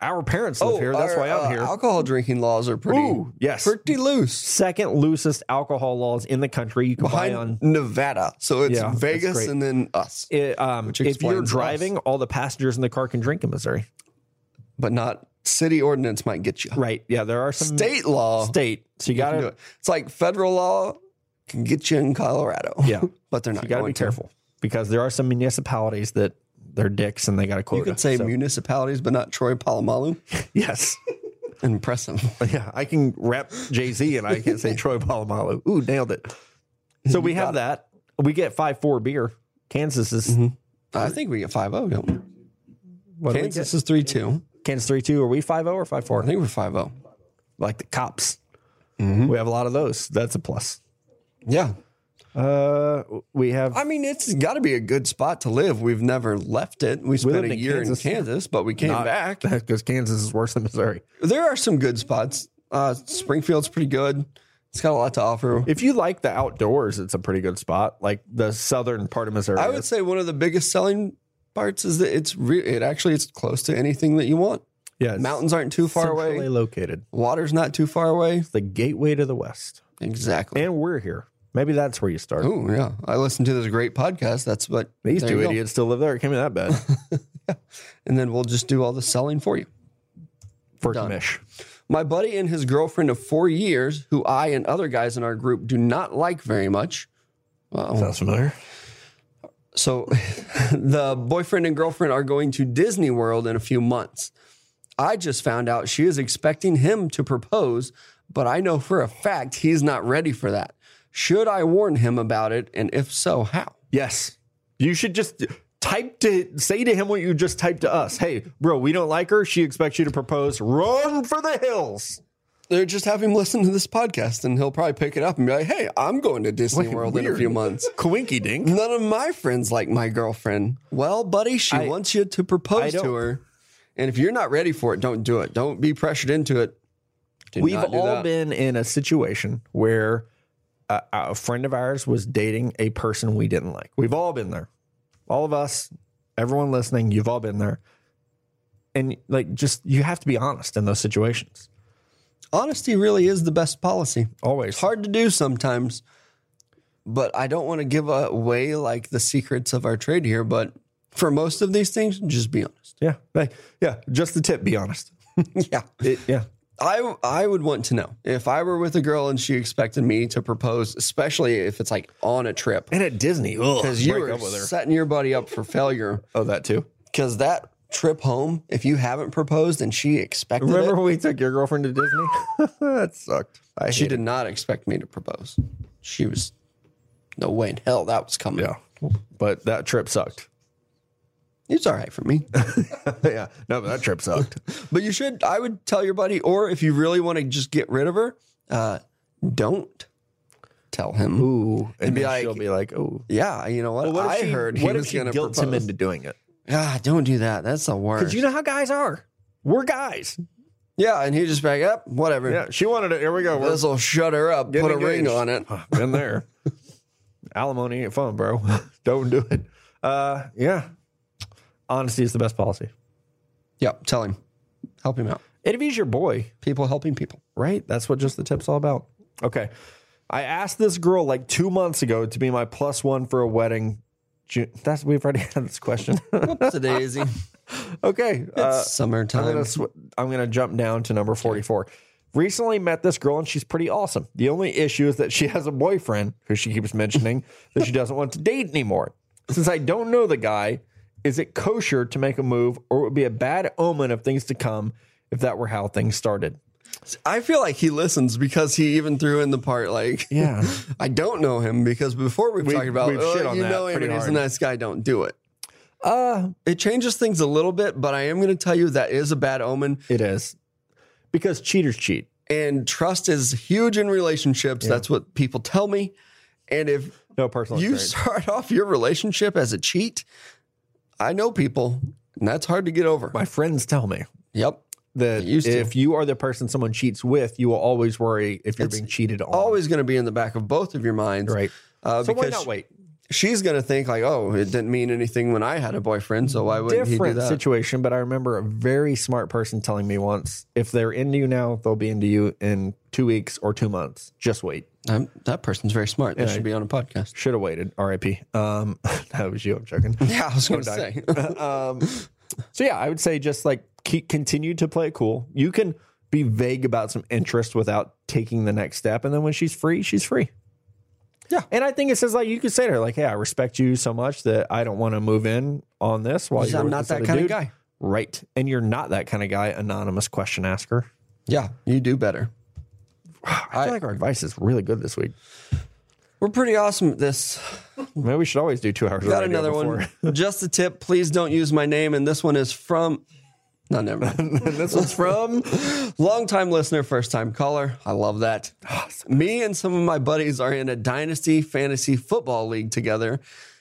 Speaker 1: Oh, Our parents live here. That's
Speaker 2: our,
Speaker 1: why I'm
Speaker 2: uh,
Speaker 1: here.
Speaker 2: Alcohol drinking laws are pretty
Speaker 1: Ooh, yes.
Speaker 2: pretty loose.
Speaker 1: Second loosest alcohol laws in the country. You can buy on
Speaker 2: Behind Nevada. So it's
Speaker 1: Yeah, that's
Speaker 2: Vegas
Speaker 1: great.
Speaker 2: and then us.
Speaker 1: it, um, if
Speaker 2: explains
Speaker 1: you're
Speaker 2: us.
Speaker 1: driving, all the passengers in the car can drink in Missouri.
Speaker 2: But not city ordinance might get you.
Speaker 1: Right? Yeah, there are some
Speaker 2: State law
Speaker 1: state. So you
Speaker 2: can do
Speaker 1: [LAUGHS] gotta
Speaker 2: it. It's like federal law can get you in Colorado.
Speaker 1: Yeah.
Speaker 2: but they're not
Speaker 1: you gotta
Speaker 2: going
Speaker 1: be
Speaker 2: to.
Speaker 1: careful because there are some municipalities that they're dicks and they got a quota.
Speaker 2: You could say
Speaker 1: So-
Speaker 2: municipalities, but not Troy Palomalu.
Speaker 1: [LAUGHS] yes.
Speaker 2: Impressive.
Speaker 1: [LAUGHS] Yeah, I can rap Jay Z and I can't [LAUGHS] say Troy Polamalu. Ooh, nailed it. So we have that. We get five four beer. Kansas is
Speaker 2: I think we get 5 0, don't we?
Speaker 1: what Mm-hmm. Kansas.
Speaker 2: Kansas is 3 2.
Speaker 1: Kansas three two. Are we five zero or five
Speaker 2: I
Speaker 1: four?
Speaker 2: think we're oh. 5 0.
Speaker 1: Like the cops. We have a lot of those. That's a plus.
Speaker 2: Yeah.
Speaker 1: Uh, we have
Speaker 2: I mean, it's got to be a good spot to live. We've never left it. We spent
Speaker 1: lived
Speaker 2: a
Speaker 1: in
Speaker 2: year
Speaker 1: Kansas.
Speaker 2: in Kansas, but we came
Speaker 1: [LAUGHS]
Speaker 2: back.
Speaker 1: because Kansas is worse than Missouri.
Speaker 2: There are some good spots. Uh, Springfield's pretty good. It's got a lot to offer.
Speaker 1: If you like the outdoors, it's a pretty good spot. Like the southern part of Missouri.
Speaker 2: I would
Speaker 1: is.
Speaker 2: say one of the biggest selling parts is that it's re- it actually it's close to anything that you want.
Speaker 1: yeah, it's
Speaker 2: Mountains aren't too far
Speaker 1: centrally
Speaker 2: away.
Speaker 1: located.
Speaker 2: Water's not too far away.
Speaker 1: It's the gateway to the west,
Speaker 2: Exactly.
Speaker 1: and we're here. Maybe that's where you start.
Speaker 2: Oh yeah, I listened to this great podcast. That's what
Speaker 1: These
Speaker 2: there
Speaker 1: two
Speaker 2: you go.
Speaker 1: idiots still live there. It can't be that
Speaker 2: [LAUGHS]
Speaker 1: bad
Speaker 2: And then we'll just do all the selling for you.
Speaker 1: for commish.
Speaker 2: My buddy and his girlfriend of four years, who I and other guys in our group do not like very much. Well,
Speaker 1: Sounds familiar.
Speaker 2: so [LAUGHS] the boyfriend and girlfriend are going to Disney World in a few months. I just found out she is expecting him to propose, but I know for a fact he's not ready for that. Should I warn him about it? And if so, how?
Speaker 1: Yes. You should just type to say to him what you just typed to us. Hey, bro, we don't like her. She expects you to propose. Run for the hills.
Speaker 2: They're just have him listen to this podcast and he'll probably pick it up and be like, hey, I'm going to Disney World in a
Speaker 1: weird.
Speaker 2: few months.
Speaker 1: Coinky dink.
Speaker 2: None of my friends like my girlfriend. Well, buddy, she
Speaker 1: I-
Speaker 2: wants you to propose
Speaker 1: don't-
Speaker 2: to her. And if you're not ready for it, don't do it. Don't be pressured into it. Do
Speaker 1: We've
Speaker 2: not do
Speaker 1: all
Speaker 2: that.
Speaker 1: been in a situation where a, a friend of ours was dating a person we didn't like. We've all been there. All of us, everyone listening, you've all been there. And like, just you have to be honest in those situations.
Speaker 2: Honesty really is the best policy.
Speaker 1: Always.
Speaker 2: It's hard to do sometimes, but I don't want to give away like the secrets of our trade here. But for most of these things, just be honest.
Speaker 1: [LAUGHS] Yeah. Like, yeah. Just the tip. Be honest.
Speaker 2: yeah.
Speaker 1: It, yeah.
Speaker 2: I I would want to know if I were with a girl and she expected me to propose, especially if it's like on a trip,
Speaker 1: And at Disney,
Speaker 2: because
Speaker 1: because
Speaker 2: you were setting your buddy up for failure.
Speaker 1: Oh, that too.
Speaker 2: Because that trip home, if you haven't proposed and she expected
Speaker 1: Remember
Speaker 2: it,
Speaker 1: when we took your girlfriend to Disney? [LAUGHS] that sucked. I
Speaker 2: she
Speaker 1: hate
Speaker 2: did not expect me to propose. She was no way in hell that was coming.
Speaker 1: It. Yeah, but that trip sucked.
Speaker 2: It's all right for me.
Speaker 1: [LAUGHS] yeah, no, but that trip sucked.
Speaker 2: But you should. I would tell your buddy, or if you really want to just get rid of her, uh, don't tell
Speaker 1: [LAUGHS]
Speaker 2: him.
Speaker 1: Ooh, and
Speaker 2: be
Speaker 1: then
Speaker 2: like-
Speaker 1: she'll be like, "Oh,
Speaker 2: Yeah, you know what? I heard he
Speaker 1: what if
Speaker 2: was
Speaker 1: she
Speaker 2: going to
Speaker 1: guilts
Speaker 2: propose.
Speaker 1: him into doing it?
Speaker 2: ah, don't do that. That's the worst.
Speaker 1: Because you know how guys are. We're guys.
Speaker 2: yeah, and he just back up. Whatever.
Speaker 1: Yeah, she wanted it. Here we go. We're
Speaker 2: This will shut her up.
Speaker 1: getting
Speaker 2: Put a ring
Speaker 1: engaged.
Speaker 2: on it.
Speaker 1: Been there. [LAUGHS] Alimony ain't fun, bro. [LAUGHS] Don't do it. Uh, yeah, honesty is the best policy.
Speaker 2: Yep. Tell him. Help him out.
Speaker 1: And if he's your boy,
Speaker 2: People
Speaker 1: [LAUGHS]
Speaker 2: helping people.
Speaker 1: Right? That's what just the tip's all about. Okay. I asked this girl like two months ago to be my plus one for a wedding. Ju- That's we've already [LAUGHS] had this question.
Speaker 2: It's a [LAUGHS] daisy.
Speaker 1: okay. Uh, I'm
Speaker 2: Summertime.
Speaker 1: gonna sw- I'm gonna jump down to number 44. Recently met this girl and she's pretty awesome. The only issue is that she has a boyfriend who she keeps mentioning that she doesn't want to date anymore. Since I don't know the guy, is it kosher to make a move or it would be a bad omen of things to come if that were how things started?
Speaker 2: I feel like he listens because he even threw in the part like,
Speaker 1: Yeah.
Speaker 2: I don't know him because before we've
Speaker 1: We-
Speaker 2: talked about,
Speaker 1: we've
Speaker 2: "Oh,
Speaker 1: shit on
Speaker 2: you
Speaker 1: that
Speaker 2: know him
Speaker 1: pretty
Speaker 2: and he's a
Speaker 1: hard."
Speaker 2: nice guy, don't do it.
Speaker 1: [LAUGHS] Uh
Speaker 2: It changes things a little bit, but I am going to tell you that is a bad omen.
Speaker 1: It is. Because cheaters cheat.
Speaker 2: And trust is huge in relationships. That's what people tell me. And if
Speaker 1: No personal
Speaker 2: you
Speaker 1: experience.
Speaker 2: start [LAUGHS] off your relationship as a cheat, I know people, and that's hard to get over.
Speaker 1: My friends tell me
Speaker 2: Yep.
Speaker 1: that
Speaker 2: It used to.
Speaker 1: if you are the person someone cheats with, you will always worry if you're being cheated on.
Speaker 2: Always going to be in the back of both of your minds.
Speaker 1: right.
Speaker 2: Uh,
Speaker 1: So why
Speaker 2: because
Speaker 1: not wait?
Speaker 2: she's going to think, like, oh, it didn't mean anything when I had a boyfriend. So why wouldn't he do
Speaker 1: Different
Speaker 2: that?
Speaker 1: situation, but I remember a very smart person telling me once, if they're into you now, they'll be into you in two weeks or two months. Just wait.
Speaker 2: Um, that person's very smart. They should be on a podcast.
Speaker 1: Should have waited. R.I.P. Um, [LAUGHS] that was you. I'm joking.
Speaker 2: [LAUGHS] Yeah, I was going to say.
Speaker 1: um, so yeah, I would say just like keep continue to play it cool. You can be vague about some interest without taking the next step, and then when she's free, she's free.
Speaker 2: Yeah.
Speaker 1: and I think it says like you could say to her like, "Hey, I respect you so much that I don't want to move in on this while
Speaker 2: Because
Speaker 1: you're
Speaker 2: I'm
Speaker 1: with
Speaker 2: not
Speaker 1: this
Speaker 2: that
Speaker 1: other
Speaker 2: kind
Speaker 1: dude."
Speaker 2: of guy.
Speaker 1: right?" And you're not that kind of guy. Anonymous question asker.
Speaker 2: Yeah, you do better.
Speaker 1: I feel like our advice is really good this week.
Speaker 2: We're pretty awesome at this.
Speaker 1: Maybe we should always do two hours. of
Speaker 2: Got
Speaker 1: radio
Speaker 2: another
Speaker 1: before.
Speaker 2: one. [LAUGHS] Just a tip. Please don't use my name. And this one is from. No, never mind.
Speaker 1: [LAUGHS] this one's
Speaker 2: [LAUGHS]
Speaker 1: from.
Speaker 2: Longtime listener, first time caller. I love that. Me and some of my buddies are in a dynasty fantasy football league together.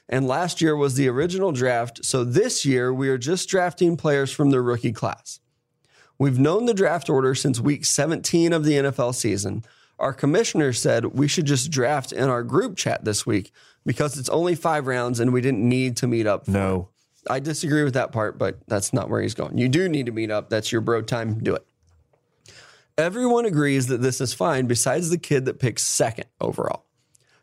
Speaker 2: And last year was the original draft. So this year, we are just drafting players from the rookie class. We've known the draft order since week 17 of the NFL season. Our commissioner said we should just draft in our group chat this week because it's only five rounds and we didn't need to meet up.
Speaker 1: No,
Speaker 2: I disagree with that part, but that's not where he's going. You do need to meet up. That's your bro time. Do it. Everyone agrees that this is fine, besides the kid that picks second overall.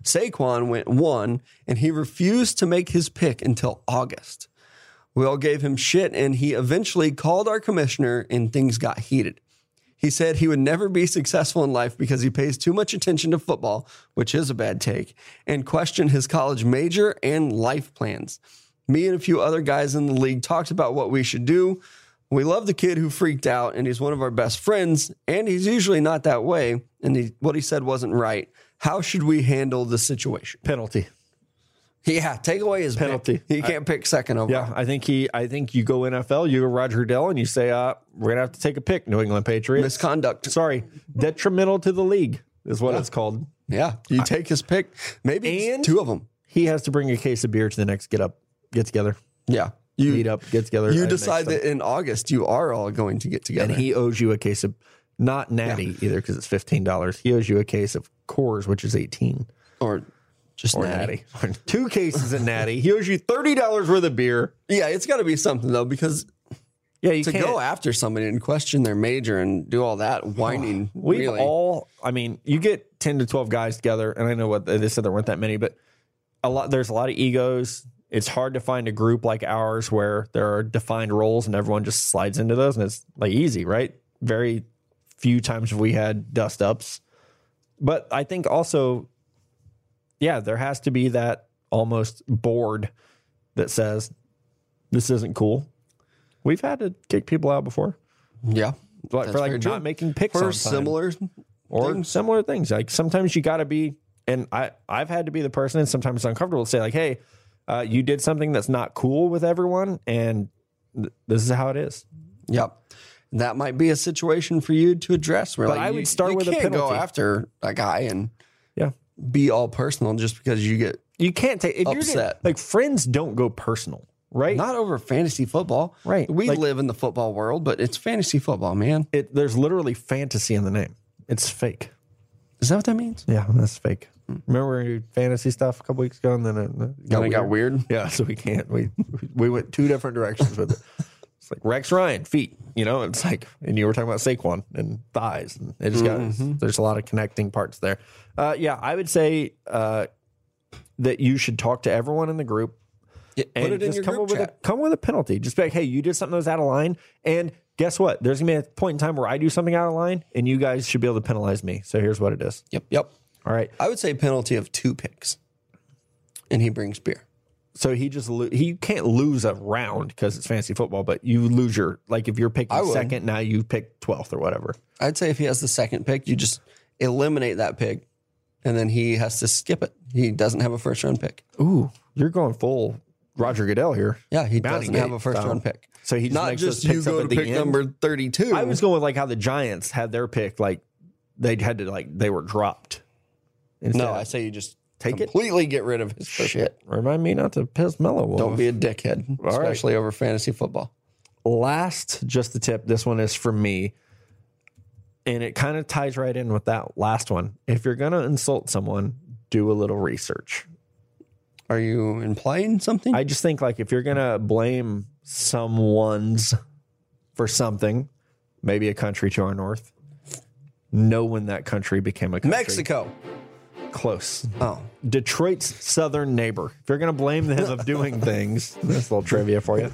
Speaker 2: Saquon went one, and he refused to make his pick until August. We all gave him shit, and he eventually called our commissioner, and things got heated. He said he would never be successful in life because he pays too much attention to football, which is a bad take, and questioned his college major and life plans. Me and a few other guys in the league talked about what we should do. We love the kid who freaked out, and he's one of our best friends, and he's usually not that way. And he, what he said wasn't right. How should we handle the situation?
Speaker 1: penalty.
Speaker 2: Yeah, take away his pick.
Speaker 1: Penalty.
Speaker 2: He can't pick second over.
Speaker 1: Yeah, I think he. I think you go NFL, you go Roger Goodell, and you say, uh, "We're gonna have to take a pick, New England Patriots."
Speaker 2: Misconduct.
Speaker 1: Sorry, detrimental to the league is what it's called.
Speaker 2: Yeah, you take his pick. Maybe it's
Speaker 1: And-
Speaker 2: two of them.
Speaker 1: He has to bring a case of beer to the next get up, get together,
Speaker 2: Yeah, you
Speaker 1: meet up, get together.
Speaker 2: You
Speaker 1: and next
Speaker 2: decide
Speaker 1: time.
Speaker 2: that in August you are all going to get together.
Speaker 1: and he owes you a case of not natty either because it's fifteen dollars. He owes you a case of Coors, which is eighteen,
Speaker 2: or just
Speaker 1: or
Speaker 2: natty.
Speaker 1: natty. [LAUGHS] Two cases of natty. He owes you thirty dollars worth of beer.
Speaker 2: Yeah, it's got to be something though, because
Speaker 1: Yeah, you
Speaker 2: to
Speaker 1: can't.
Speaker 2: go after somebody and question their major and do all
Speaker 1: [SIGHS]
Speaker 2: that whining.
Speaker 1: We've
Speaker 2: really,
Speaker 1: all, I mean, you get 10 to 12 guys together, and I know what they said there weren't that many, but a lot, there's a lot of egos. It's hard to find a group like ours where there are defined roles and everyone just slides into those and it's like easy, right? Very few times we had dust ups. But I think also, yeah, there has to be that almost board that says, this isn't cool. We've had to kick people out before
Speaker 2: Yeah.
Speaker 1: like, for
Speaker 2: That's
Speaker 1: like
Speaker 2: very
Speaker 1: not
Speaker 2: true.
Speaker 1: making picks on
Speaker 2: For
Speaker 1: time
Speaker 2: similar,
Speaker 1: or similar things. Like sometimes you got to be, and I I've had to be the person, and sometimes it's uncomfortable to say like, hey, uh, you did something that's not cool with everyone, and th- this is how it is.
Speaker 2: yep. That might be a situation for you to address. Where
Speaker 1: But
Speaker 2: like,
Speaker 1: I
Speaker 2: you-
Speaker 1: would start
Speaker 2: you
Speaker 1: with a
Speaker 2: can't go
Speaker 1: penalty.
Speaker 2: after a guy and
Speaker 1: Yeah,
Speaker 2: be all personal just because you get
Speaker 1: you can't take if you're gonna-
Speaker 2: Upset.
Speaker 1: like friends don't go personal, right?
Speaker 2: not over fantasy football.
Speaker 1: Right.
Speaker 2: We
Speaker 1: Like-
Speaker 2: live in the football world, but it's fantasy football, man.
Speaker 1: it, there's literally fantasy in the name. It's fake.
Speaker 2: Is that what that means?
Speaker 1: Yeah, that's fake. Remember when we did fantasy stuff a couple weeks ago, and then it, it
Speaker 2: Then Hmm. it got weird.
Speaker 1: Yeah, so we can't. We we went two different directions with it. It's like Rex Ryan feet, you know. It's like, and you were talking about Saquon and thighs, and it just
Speaker 2: Mm-hmm.
Speaker 1: got. There's a lot of connecting parts there. Uh, yeah, I would say uh, that you should talk to everyone in the group
Speaker 2: [LAUGHS] Yeah, Put
Speaker 1: and
Speaker 2: it in
Speaker 1: just
Speaker 2: your
Speaker 1: come
Speaker 2: group
Speaker 1: up with a
Speaker 2: chat.
Speaker 1: come up with a penalty. Just be like, hey, you did something that was out of line, and guess what? There's gonna be a point in time where I do something out of line, and you guys should be able to penalize me. So here's what it is.
Speaker 2: Yep. Yep.
Speaker 1: All right.
Speaker 2: I would say penalty of two picks, and he brings beer.
Speaker 1: So he just lo- he can't lose a round because it's fancy football, but you lose your like if you're picking
Speaker 2: would.
Speaker 1: second now you pick twelfth or whatever.
Speaker 2: I'd say if he has the second pick, you just eliminate that pick, and then he has to skip it. He doesn't have a first round pick.
Speaker 1: Ooh, you're going full Roger Goodell here.
Speaker 2: Yeah, he
Speaker 1: Bounty
Speaker 2: doesn't
Speaker 1: gate
Speaker 2: have a first
Speaker 1: style.
Speaker 2: round pick.
Speaker 1: So he just
Speaker 2: Not
Speaker 1: makes
Speaker 2: just
Speaker 1: those
Speaker 2: you
Speaker 1: picks up
Speaker 2: go to
Speaker 1: at the
Speaker 2: pick
Speaker 1: end.
Speaker 2: number thirty two.
Speaker 1: I was going with like how the Giants had their pick, like they had to like they were dropped. Instead
Speaker 2: no,
Speaker 1: of-
Speaker 2: I say you just
Speaker 1: Take it?
Speaker 2: completely get rid of his first shit.
Speaker 1: remind me not to piss Mellow. off.
Speaker 2: Don't be a dickhead,
Speaker 1: right.
Speaker 2: especially over fantasy football.
Speaker 1: last just the tip this one is from me and it kind of ties right in with that last one if you're going to insult someone do a little research
Speaker 2: Are you implying something?
Speaker 1: i just think like if you're going to blame someone's for something maybe a country to our north know when that country became a country
Speaker 2: Mexico.
Speaker 1: close Uh,
Speaker 2: Oh,
Speaker 1: Detroit's southern neighbor. If you're going to blame them of doing things, that's a little trivia for you.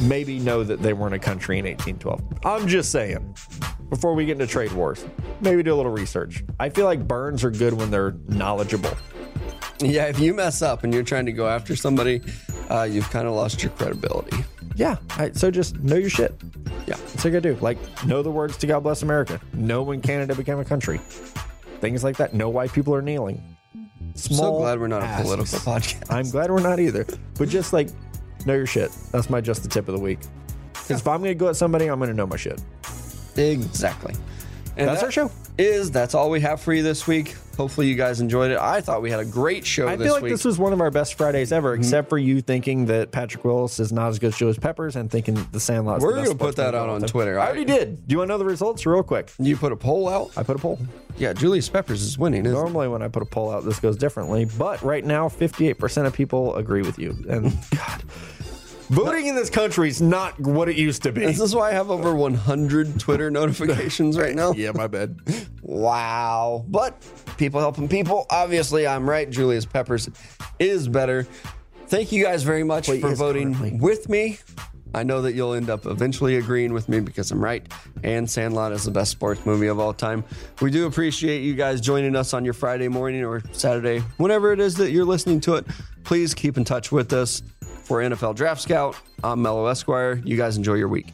Speaker 1: Maybe know that they weren't a country in 1812. I'm just saying. Before we get into trade wars, maybe do a little research. I feel like burns are good when they're knowledgeable.
Speaker 2: yeah. If you mess up and you're trying to go after somebody, uh, you've kind of lost your credibility.
Speaker 1: Yeah. I, so just know your shit.
Speaker 2: Yeah.
Speaker 1: That's what you gotta do. Like, know the words to God Bless America. Know when Canada became a country. Things like that. Know why people are kneeling. Small
Speaker 2: so glad we're not
Speaker 1: asks.
Speaker 2: a political podcast.
Speaker 1: I'm glad we're not either. But just like, know your shit. That's my just the tip of the week. Because if I'm going to go at somebody, I'm going to know my shit.
Speaker 2: Exactly. And
Speaker 1: That's
Speaker 2: that
Speaker 1: our show.
Speaker 2: Is that's all we have for you this week? Hopefully you guys enjoyed it. I thought we had a great show
Speaker 1: I
Speaker 2: this
Speaker 1: feel like
Speaker 2: week. Mm-hmm.
Speaker 1: this was one of our best Fridays ever, except for you thinking that Patrick Willis is not as good as Julius Peppers and thinking the Sandlot.
Speaker 2: We're gonna put that out on Twitter.
Speaker 1: I already did. Do you want to know the results real quick?
Speaker 2: You put a poll out.
Speaker 1: I put a poll.
Speaker 2: Yeah, Julius Peppers is winning. Isn't he?
Speaker 1: Normally, when I put a poll out, this goes differently. But right now, 58% of people agree with you. And [LAUGHS] God, voting in this country is not what it used to be.
Speaker 2: This is why I have over 100 Twitter notifications right
Speaker 1: [LAUGHS] [LAUGHS]
Speaker 2: now.
Speaker 1: Yeah, my bad.
Speaker 2: Wow. But people helping people. Obviously, I'm right. Julius Peppers is better. Thank you guys very much for
Speaker 1: is
Speaker 2: voting
Speaker 1: currently.
Speaker 2: with me. I know that you'll end up eventually agreeing with me because I'm right. And Sandlot is the best sports movie of all time. We do appreciate you guys joining us on your Friday morning or Saturday, whenever it is that you're listening to it. Please keep in touch with us. For NFL Draft Scout, I'm Mello Esquire. You guys enjoy your week.